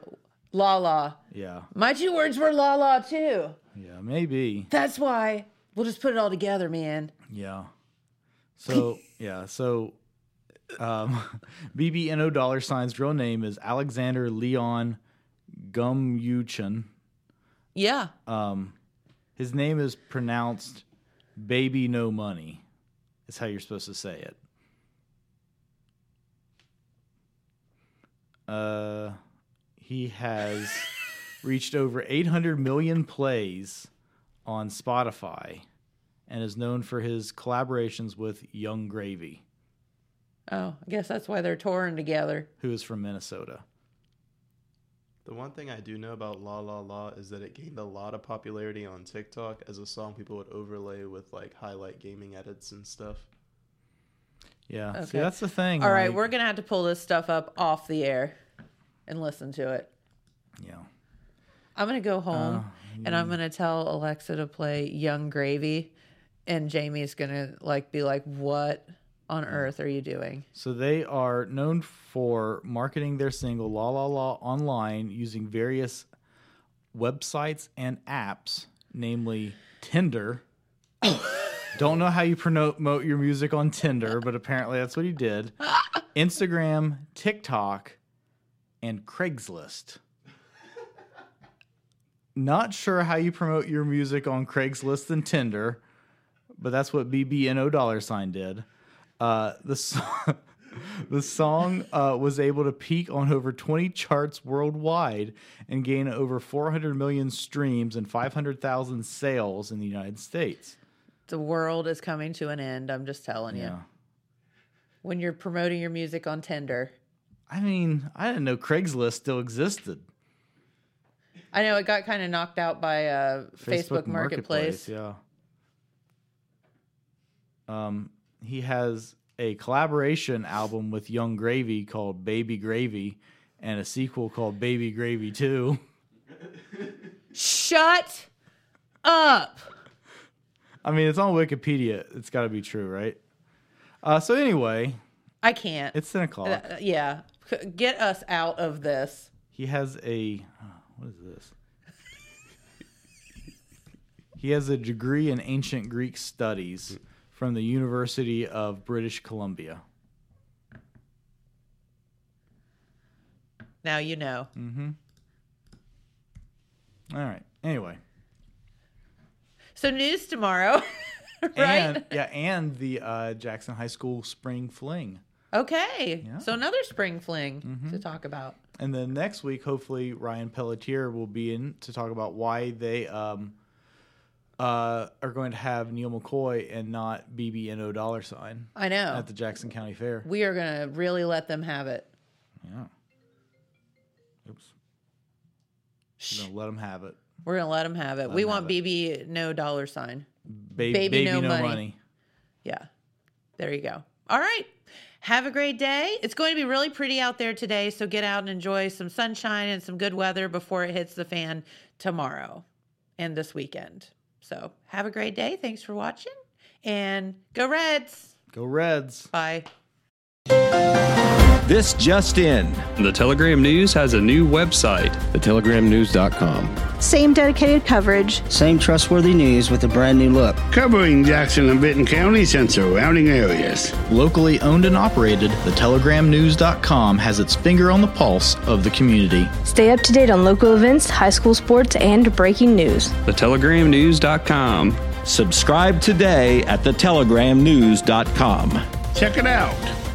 Speaker 3: La la.
Speaker 4: Yeah,
Speaker 3: My two words were la la too.
Speaker 4: yeah, maybe.
Speaker 3: That's why we'll just put it all together, man.
Speaker 4: Yeah. So yeah, so um BBNO dollar sign's real name is Alexander Leon Gumyuchin.
Speaker 3: Yeah.
Speaker 4: Um, His name is pronounced baby no money. Is how you're supposed to say it. Uh he has reached over 800 million plays on Spotify and is known for his collaborations with Young Gravy,
Speaker 3: Oh, I guess that's why they're touring together.
Speaker 4: who is from Minnesota.
Speaker 5: The one thing I do know about La La La is that it gained a lot of popularity on TikTok as a song people would overlay with like highlight gaming edits and stuff.
Speaker 4: Yeah. See,
Speaker 3: Okay.
Speaker 4: that's the thing.
Speaker 3: All right,
Speaker 4: like-
Speaker 3: we're gonna have to pull this stuff up off the air and listen to it.
Speaker 4: Yeah.
Speaker 3: I'm gonna go home
Speaker 4: Oh,
Speaker 3: and I'm gonna tell Alexa to play Young Gravy, and Jamie's gonna like be like, "What on earth are you doing?"
Speaker 4: So they are known for marketing their single La La La online using various websites and apps, namely Tinder. Don't know how you prono- promote your music on Tinder, but apparently that's what he did. Instagram, TikTok, and Craigslist. Not sure how you promote your music on Craigslist and Tinder, but that's what BBNO dollar sign did. Uh, the song, the song uh, was able to peak on over 20 charts worldwide and gain over 400 million streams and 500,000 sales in the United States.
Speaker 3: The world is coming to an end. I'm just telling you. When you're promoting your music on Tinder,
Speaker 4: I mean, I didn't know Craigslist still existed.
Speaker 3: I know it got kind of knocked out by uh, Facebook, Marketplace.
Speaker 4: Yeah. Um, he has a collaboration album with Young Gravy called Baby Gravy, and a sequel called Baby Gravy Two.
Speaker 3: Shut up.
Speaker 4: I mean, it's on Wikipedia. It's got to be true, right? Uh, so anyway,
Speaker 3: I can't.
Speaker 4: it's ten o'clock.
Speaker 3: Uh, yeah. C- Get us out of this.
Speaker 4: He has a uh, what is this? he has a degree in ancient Greek studies from the University of British Columbia.
Speaker 3: Now you know.
Speaker 4: Mm. All right. Anyway.
Speaker 3: So news tomorrow, right?
Speaker 4: And yeah, and the uh, Jackson High School spring fling.
Speaker 3: okay. So another spring fling
Speaker 4: Mm-hmm.
Speaker 3: to talk about.
Speaker 4: And then next week, hopefully, Ryan Pelletier will be in to talk about why they um, uh, are going to have Neil McCoy and not BBNO dollar sign
Speaker 3: I know.
Speaker 4: at the Jackson County Fair.
Speaker 3: Oh. we are gonna really let them have it.
Speaker 4: Oops. We're gonna let them have it.
Speaker 3: We're gonna let them have it. we
Speaker 4: 'em
Speaker 3: want
Speaker 4: have
Speaker 3: BB no dollar sign.
Speaker 4: Ba-
Speaker 3: Baby no money. Yeah. There you go. All right. Have a great day. It's going to be really pretty out there today, so get out and enjoy some sunshine and some good weather before it hits the fan tomorrow and this weekend. So, have a great day. Thanks for watching and go Reds.
Speaker 4: Go Reds.
Speaker 3: Bye.
Speaker 6: This just in.
Speaker 7: The Telegram News has a new website.
Speaker 6: TheTelegramNews.com.
Speaker 8: Same dedicated coverage.
Speaker 9: Same trustworthy news with a brand new look.
Speaker 10: Covering Jackson and Benton counties and surrounding areas.
Speaker 4: Locally owned and operated, thetelegramnews.com has its finger on the pulse of the community.
Speaker 8: Stay up to date on local events, high school sports, and breaking news.
Speaker 7: TheTelegramNews.com.
Speaker 6: Subscribe today at thetelegramnews.com.
Speaker 10: Check it out.